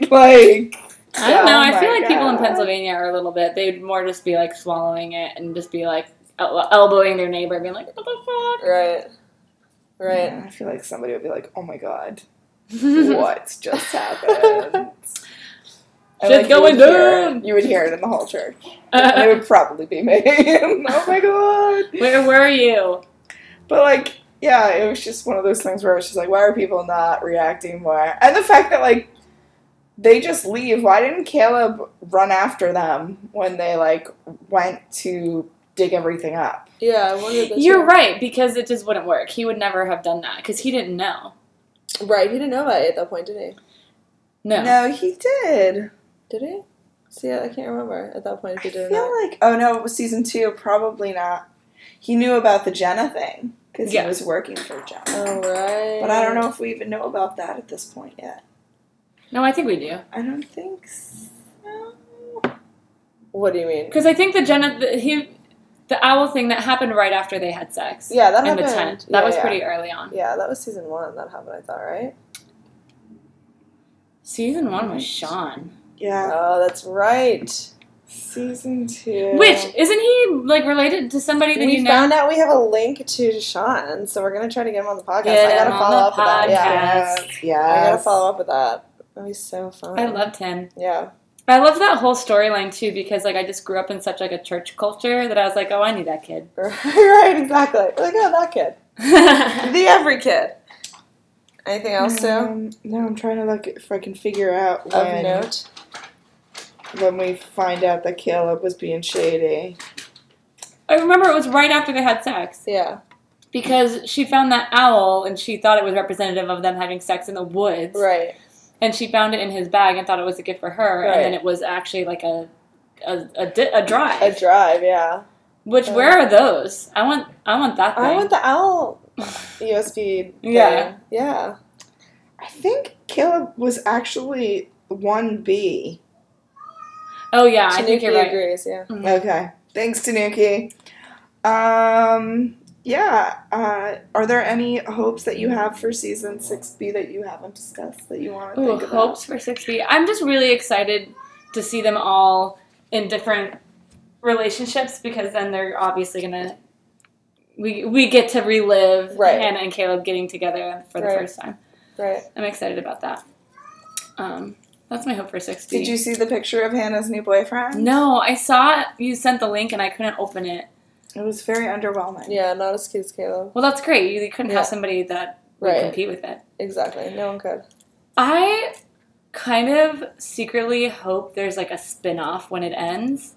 Speaker 7: (laughs) Like,
Speaker 8: I don't
Speaker 7: Oh
Speaker 8: know. I feel
Speaker 7: my
Speaker 8: like people in
Speaker 7: God.
Speaker 8: Pennsylvania are a little bit. They'd more just be like swallowing it and just be like el- elbowing their neighbor, being like, "What the
Speaker 2: Right. Right.
Speaker 7: Yeah, I feel like somebody would be like, "Oh my
Speaker 8: (laughs)
Speaker 7: god, (laughs)
Speaker 8: fuck?" (laughs)
Speaker 7: what just happened?
Speaker 8: Shit's
Speaker 7: you would
Speaker 8: going
Speaker 7: hear
Speaker 8: down.
Speaker 7: it. You would hear it in the whole
Speaker 8: (laughs)
Speaker 7: church. And it would probably be me. (laughs) oh my god!
Speaker 8: Where were you?
Speaker 7: But like, yeah, it was just one of those things where it's just like, why are people not reacting more? And the fact that like they just leave. Why didn't Caleb run after them when they like went to dig everything up?
Speaker 2: Yeah. I wondered this
Speaker 8: You're
Speaker 2: year.
Speaker 8: right because it just wouldn't work. He would never have done that because he didn't know.
Speaker 2: Right. He didn't know about it at that point, did he?
Speaker 8: No.
Speaker 7: No, he did.
Speaker 2: Did he? See, I can't remember at that point if
Speaker 7: I
Speaker 2: he did or
Speaker 7: feel
Speaker 2: not.
Speaker 7: like oh no, it was season two. Probably not. He knew about the Jenna thing because
Speaker 8: Yeah.
Speaker 7: he was working for Jenna.
Speaker 2: Oh, right.
Speaker 7: But I don't know if we even know about that at this point yet.
Speaker 8: No, I think we do
Speaker 7: I don't think so.
Speaker 2: What do you mean?
Speaker 8: because I think the Jenna the, he the owl thing that happened right after they had sex.
Speaker 2: Yeah, that
Speaker 8: In the
Speaker 2: happened.
Speaker 8: tent. That
Speaker 2: Yeah,
Speaker 8: was
Speaker 2: yeah.
Speaker 8: pretty early on.
Speaker 2: Yeah, that was season one. That happened, I thought, right?
Speaker 8: Season one was Sean.
Speaker 7: Yeah.
Speaker 2: Oh, that's right.
Speaker 7: Season two.
Speaker 8: Which isn't he like related to somebody that
Speaker 2: we
Speaker 8: you know?
Speaker 2: found out we have a link to Sean, so we're gonna try to get him on the podcast.
Speaker 8: Get
Speaker 2: I gotta
Speaker 8: him on
Speaker 2: follow
Speaker 8: the
Speaker 2: up with that. Yeah,
Speaker 7: Yes. yes.
Speaker 2: I gotta follow up with that. That'd be so fun.
Speaker 8: I loved him.
Speaker 2: Yeah, (laughs)
Speaker 8: I love that whole storyline too because like I just grew up in such like a church culture that I was like, oh, I knew that kid. (laughs)
Speaker 2: right, exactly. Like, oh, that kid,
Speaker 8: I
Speaker 2: the every kid. Anything else, Sue?
Speaker 7: Um, no, I'm trying to look if I can figure out
Speaker 2: Of
Speaker 7: when,
Speaker 2: note,
Speaker 7: when we find out that Caleb was being shady.
Speaker 8: remember it was right after they had sex
Speaker 2: yeah,
Speaker 8: because she found that owl and she thought it was representative of them having sex in the woods,
Speaker 2: right,
Speaker 8: and she found it in his bag and thought it was a gift for her, and then
Speaker 2: Right.
Speaker 8: it was actually like a a a, di- a drive.
Speaker 2: a drive. Yeah,
Speaker 8: Which where are those? I want I want that. Thing.
Speaker 2: I want the owl USB. Thing.
Speaker 8: Yeah.
Speaker 2: yeah,
Speaker 7: I think Caleb was actually 1B.
Speaker 8: oh yeah, I think
Speaker 2: Tanuki
Speaker 8: you're right.
Speaker 2: agrees. Yeah,
Speaker 7: Okay. Thanks, Tanuki. Um, yeah. Uh, are there any hopes that you have for season 6B that you haven't discussed that you want to
Speaker 8: Ooh,
Speaker 7: think about?
Speaker 8: hopes for 6B. I'm just really excited to see them all in different relationships because then they're obviously gonna we we get to relive
Speaker 2: Right.
Speaker 8: Hannah and Caleb getting together for the
Speaker 2: Right.
Speaker 8: first time.
Speaker 2: Right.
Speaker 8: I'm excited about that. Um, that's my hope for sixty.
Speaker 7: Did you see the picture of Hannah's new boyfriend?
Speaker 8: No, I saw you sent the link and I couldn't open it.
Speaker 7: It was very underwhelming.
Speaker 2: Yeah, not as cute as Caleb.
Speaker 8: Well, that's great. You couldn't
Speaker 2: Yeah.
Speaker 8: have somebody that would
Speaker 2: Right.
Speaker 8: compete with it.
Speaker 2: Exactly. No one could.
Speaker 8: I kind of secretly hope there's like a spin off when it ends.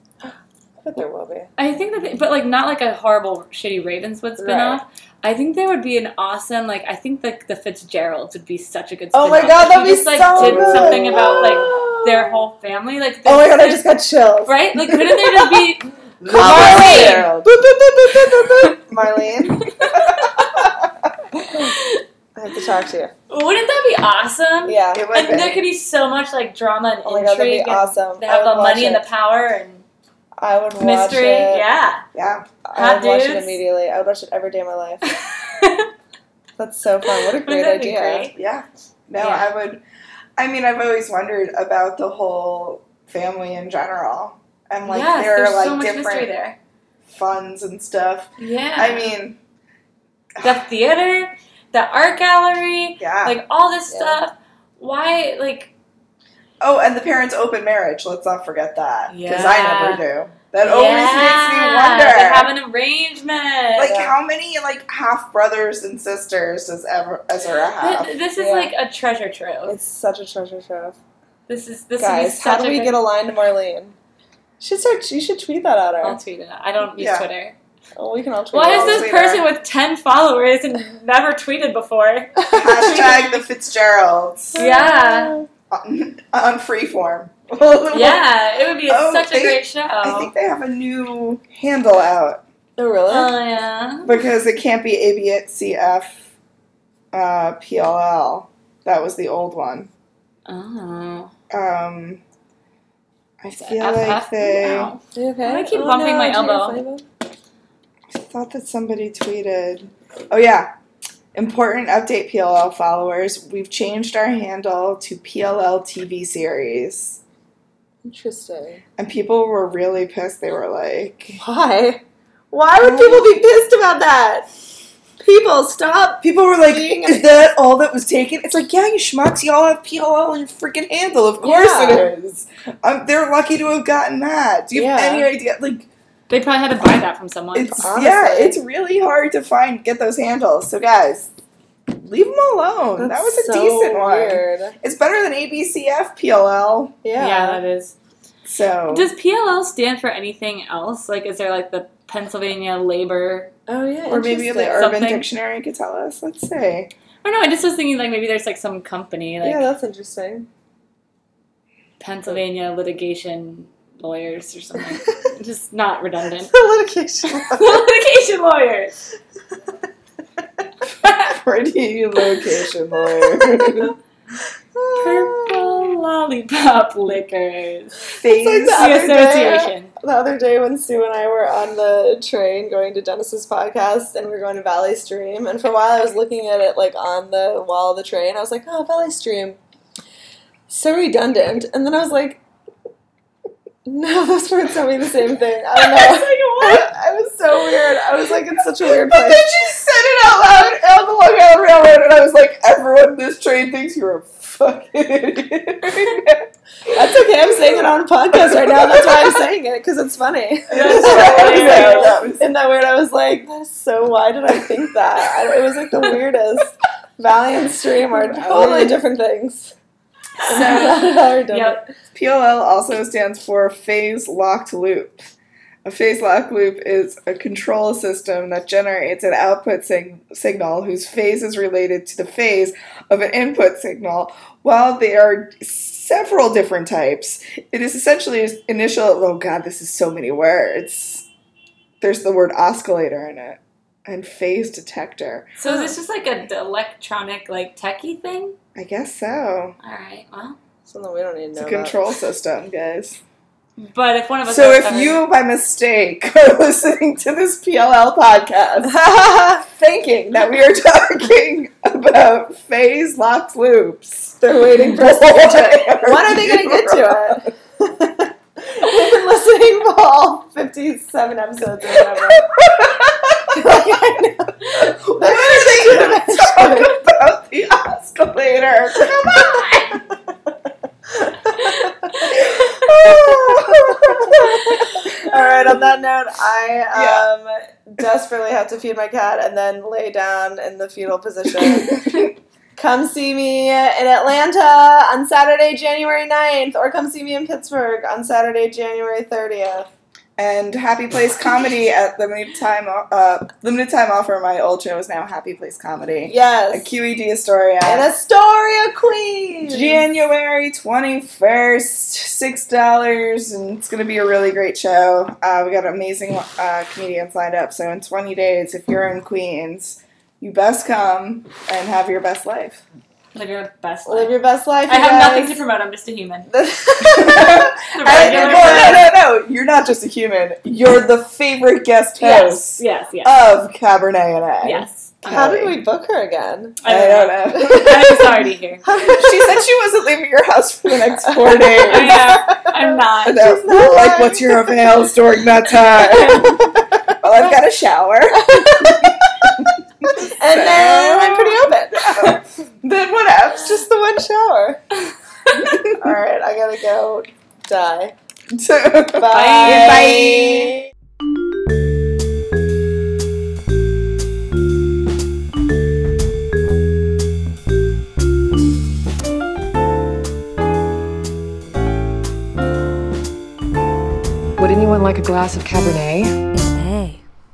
Speaker 2: But there will be.
Speaker 8: I think that, they, but like not like a horrible, shitty Ravenswood spin off. I think there would be an awesome, like I think like the Fitzgeralds would be such a good.
Speaker 2: Oh
Speaker 8: spin-off.
Speaker 2: my God,
Speaker 8: If
Speaker 2: that'd
Speaker 8: you
Speaker 2: be
Speaker 8: just, like,
Speaker 2: so
Speaker 8: did
Speaker 2: good.
Speaker 8: something about like their whole family, like
Speaker 2: Oh my
Speaker 8: there's-
Speaker 2: god, I just got chills.
Speaker 8: right. Like couldn't there just be
Speaker 2: Marlene. Boop, boop, boop, boop, boop, boop, boop.
Speaker 8: (laughs)
Speaker 7: Marlene?
Speaker 2: I have to talk to you.
Speaker 8: Wouldn't that be awesome?
Speaker 2: Yeah.
Speaker 7: It would
Speaker 8: And there
Speaker 7: be.
Speaker 8: could be so much like drama and
Speaker 2: Oh my god, that'd
Speaker 8: intrigue.
Speaker 2: be
Speaker 8: and
Speaker 2: awesome.
Speaker 8: They have
Speaker 2: I would
Speaker 8: the money and
Speaker 2: watch
Speaker 8: the power and
Speaker 2: it. I would watch
Speaker 8: mystery.
Speaker 2: it.
Speaker 8: Yeah.
Speaker 7: Yeah.
Speaker 2: I would
Speaker 8: Hot
Speaker 2: watch it
Speaker 8: dudes.
Speaker 2: immediately. I would watch it every day of my life.
Speaker 8: Wouldn't
Speaker 2: That's so fun.
Speaker 8: (laughs)
Speaker 2: What a great
Speaker 8: that be
Speaker 2: idea.
Speaker 8: great?
Speaker 7: Yeah. No,
Speaker 8: Yeah.
Speaker 7: I would. I mean, I've always wondered about the whole family in general. And like,
Speaker 8: yes,
Speaker 7: there
Speaker 8: there's
Speaker 7: are like
Speaker 8: so much mystery
Speaker 7: different
Speaker 8: there.
Speaker 7: funds and stuff.
Speaker 8: Yeah.
Speaker 7: I mean,
Speaker 8: the theater, the art gallery,
Speaker 7: yeah.
Speaker 8: like all this
Speaker 2: Yeah.
Speaker 8: stuff. Why like
Speaker 7: oh, and the parents' open marriage. Let's not forget that. Because I
Speaker 8: Yeah.
Speaker 7: never do. That always makes me wonder.
Speaker 8: They have an arrangement.
Speaker 7: like
Speaker 2: Yeah.
Speaker 7: how many like half brothers and sisters does ever Ezra have?
Speaker 8: Th- this is
Speaker 2: Yeah.
Speaker 8: like a treasure (laughs) trove.
Speaker 2: It's such a treasure trove.
Speaker 8: This is this is
Speaker 2: Guys,
Speaker 8: such
Speaker 2: how do
Speaker 8: a
Speaker 2: we
Speaker 8: good-
Speaker 2: get a line to Marlene? Should start, you should tweet that at
Speaker 8: I'll
Speaker 2: her.
Speaker 8: tweet it. out. I don't use
Speaker 7: Yeah.
Speaker 8: Twitter.
Speaker 2: Oh, we can all tweet
Speaker 8: Why
Speaker 2: it.
Speaker 8: is
Speaker 2: out.
Speaker 8: this
Speaker 7: tweet
Speaker 8: person
Speaker 7: her.
Speaker 8: with ten followers and never tweeted before?
Speaker 2: (laughs)
Speaker 8: (laughs)
Speaker 7: Hashtag the Fitzgeralds
Speaker 8: Yeah.
Speaker 7: on, on Freeform. (laughs)
Speaker 8: Yeah, it would be
Speaker 7: Oh,
Speaker 8: such a
Speaker 7: they-
Speaker 8: great show.
Speaker 7: I think they have a new handle out
Speaker 2: Oh, really?
Speaker 8: oh yeah.
Speaker 7: because it can't be ABCF uh, PLL. That was the old one.
Speaker 8: Oh.
Speaker 7: Um, I
Speaker 8: It's a
Speaker 7: feel
Speaker 8: FF.
Speaker 7: like they.
Speaker 8: Wow.
Speaker 2: Are you okay?
Speaker 8: Why do I keep bumping my
Speaker 2: did you get
Speaker 8: elbow?
Speaker 2: flavor?
Speaker 7: I thought that somebody tweeted. Oh yeah. Important update PLL followers. We've changed our handle to PLL TV series.
Speaker 2: Interesting.
Speaker 7: And people were really pissed. They were like,
Speaker 2: Why? Why would people be pissed about that? People, stop.
Speaker 7: people were like,
Speaker 2: Being a-
Speaker 7: is that all that was taken? It's like, yeah, you schmucks, y'all have PLL in your freaking handle. Of course it is. Um, they're lucky to have gotten that. Do you have
Speaker 2: Yeah.
Speaker 7: any idea? Like,
Speaker 8: They probably had to buy that from someone.
Speaker 7: it's
Speaker 2: honestly.
Speaker 7: yeah, it's really hard to find get those handles. So guys, leave them alone. that was a
Speaker 2: so
Speaker 7: decent one.
Speaker 2: weird.
Speaker 7: It's better than ABCF PLL.
Speaker 2: Yeah.
Speaker 8: yeah. that is.
Speaker 7: So
Speaker 8: Does PLL stand for anything else? Like, is there like the Pennsylvania Labor?
Speaker 2: Oh yeah.
Speaker 7: or maybe the
Speaker 2: interesting.
Speaker 7: Urban
Speaker 8: Something-
Speaker 7: Dictionary could tell us. Let's see.
Speaker 8: Or no, I just was thinking like maybe there's like some company like
Speaker 2: yeah, that's interesting.
Speaker 8: Pennsylvania litigation lawyers
Speaker 7: (laughs)
Speaker 8: or something. Just not redundant. (laughs)
Speaker 2: litigation.
Speaker 8: litigation lawyers.
Speaker 2: (laughs)
Speaker 7: Pretty location lawyer.
Speaker 8: Purple
Speaker 7: (laughs)
Speaker 8: lollipop liquors.
Speaker 7: Phase.
Speaker 2: The
Speaker 8: The
Speaker 2: other day-
Speaker 7: uh,
Speaker 8: association.
Speaker 7: (laughs)
Speaker 2: the other day when Sue and I were on the train going to Dennis's podcast and we were going to Valley Stream and for a while I was looking at it like on the wall of the train. I was like, oh Valley Stream. So redundant. And then I was like No, (laughs) those words don't mean the same thing. (laughs) I don't know. I was (laughs) I was so weird. I was like, it's such a (laughs) weird
Speaker 7: But
Speaker 2: place.
Speaker 7: then she said it out loud on the Long Island Railroad, and I was like, everyone in this train thinks you're a fucking idiot. (laughs)
Speaker 2: That's okay. I'm saying it on a podcast right now. That's why I'm saying it because it's funny.
Speaker 7: That's right.
Speaker 2: I was like,
Speaker 7: That was-
Speaker 2: (laughs) Isn't that weird? I was like, that is so. Why did I think that? I don't- it was like the weirdest. Valley and Stream are totally different things. So
Speaker 8: (laughs) Yep.
Speaker 7: PLL also stands for phase locked loop. A phase lock loop is a control system that generates an output sig- signal whose phase is related to the phase of an input signal. While there are several different types, it is essentially an initial. Oh god, this is so many words. There's the word oscillator in it, and phase detector.
Speaker 8: So is this just like an electronic like techie thing?
Speaker 7: I guess so.
Speaker 8: All right. Well,
Speaker 2: Something we don't need to
Speaker 7: It's
Speaker 2: know.
Speaker 7: a
Speaker 2: about.
Speaker 7: control system, guys.
Speaker 8: but if one of us.
Speaker 7: Hmm. So
Speaker 8: has
Speaker 7: if
Speaker 8: ever-
Speaker 7: you, by mistake, (laughs) are listening to this PLL (laughs) podcast, thinking that we are talking about phase locked loops,
Speaker 2: They're waiting for us
Speaker 7: (laughs)
Speaker 2: to get to it. When are they going to get to it? We've been listening for all 57
Speaker 7: (laughs)
Speaker 2: episodes or whatever. like, I know.
Speaker 7: What are they gonna talk about the escalator? Come on!
Speaker 2: All right, on that note, I um, desperately have to feed my cat and then lay down in the fetal
Speaker 7: (laughs)
Speaker 2: position. come see me in Atlanta on Saturday, January 9th, or come see me in Pittsburgh on Saturday, January 30th.
Speaker 7: and Happy Place Comedy at limited time uh, limited time offer. My old show is now Happy Place Comedy.
Speaker 2: Yes.
Speaker 7: A QED Astoria.
Speaker 2: in Astoria, Queens.
Speaker 7: January 21st, $6, and it's going to be a really great show. Uh, we got amazing uh, comedians lined up, so in 20 days, if you're in Queens, you best come and have your best life.
Speaker 8: Live your best life.
Speaker 2: Live your best life.
Speaker 8: I
Speaker 2: you
Speaker 8: have nothing to
Speaker 2: guys.
Speaker 8: promote. I'm just a
Speaker 7: (laughs)
Speaker 8: human. The
Speaker 7: And-
Speaker 8: regular person.
Speaker 7: well, Uh, no, no, no, you're not just a human. You're the favorite guest
Speaker 8: Yes,
Speaker 7: host
Speaker 8: yes, yes,
Speaker 7: of Cabernet and I.
Speaker 8: yes.
Speaker 2: How did we book her again?
Speaker 7: I don't know.
Speaker 8: (laughs) I'm sorry to hear.
Speaker 7: (laughs) she said she wasn't leaving your house for the next four days.
Speaker 8: (laughs) I know. I'm not.
Speaker 7: And I was
Speaker 2: not
Speaker 7: like,
Speaker 2: lying.
Speaker 7: what's your avails during
Speaker 2: (laughs)
Speaker 7: that time? well, I've got a
Speaker 8: (laughs)
Speaker 7: shower.
Speaker 2: And then I'm pretty
Speaker 7: open.
Speaker 2: Then what else? Just the one
Speaker 8: (laughs)
Speaker 2: shower. All right, I gotta go die.
Speaker 7: (laughs) so,
Speaker 2: Bye.
Speaker 7: Bye.
Speaker 6: Would anyone like a glass of Cabernet?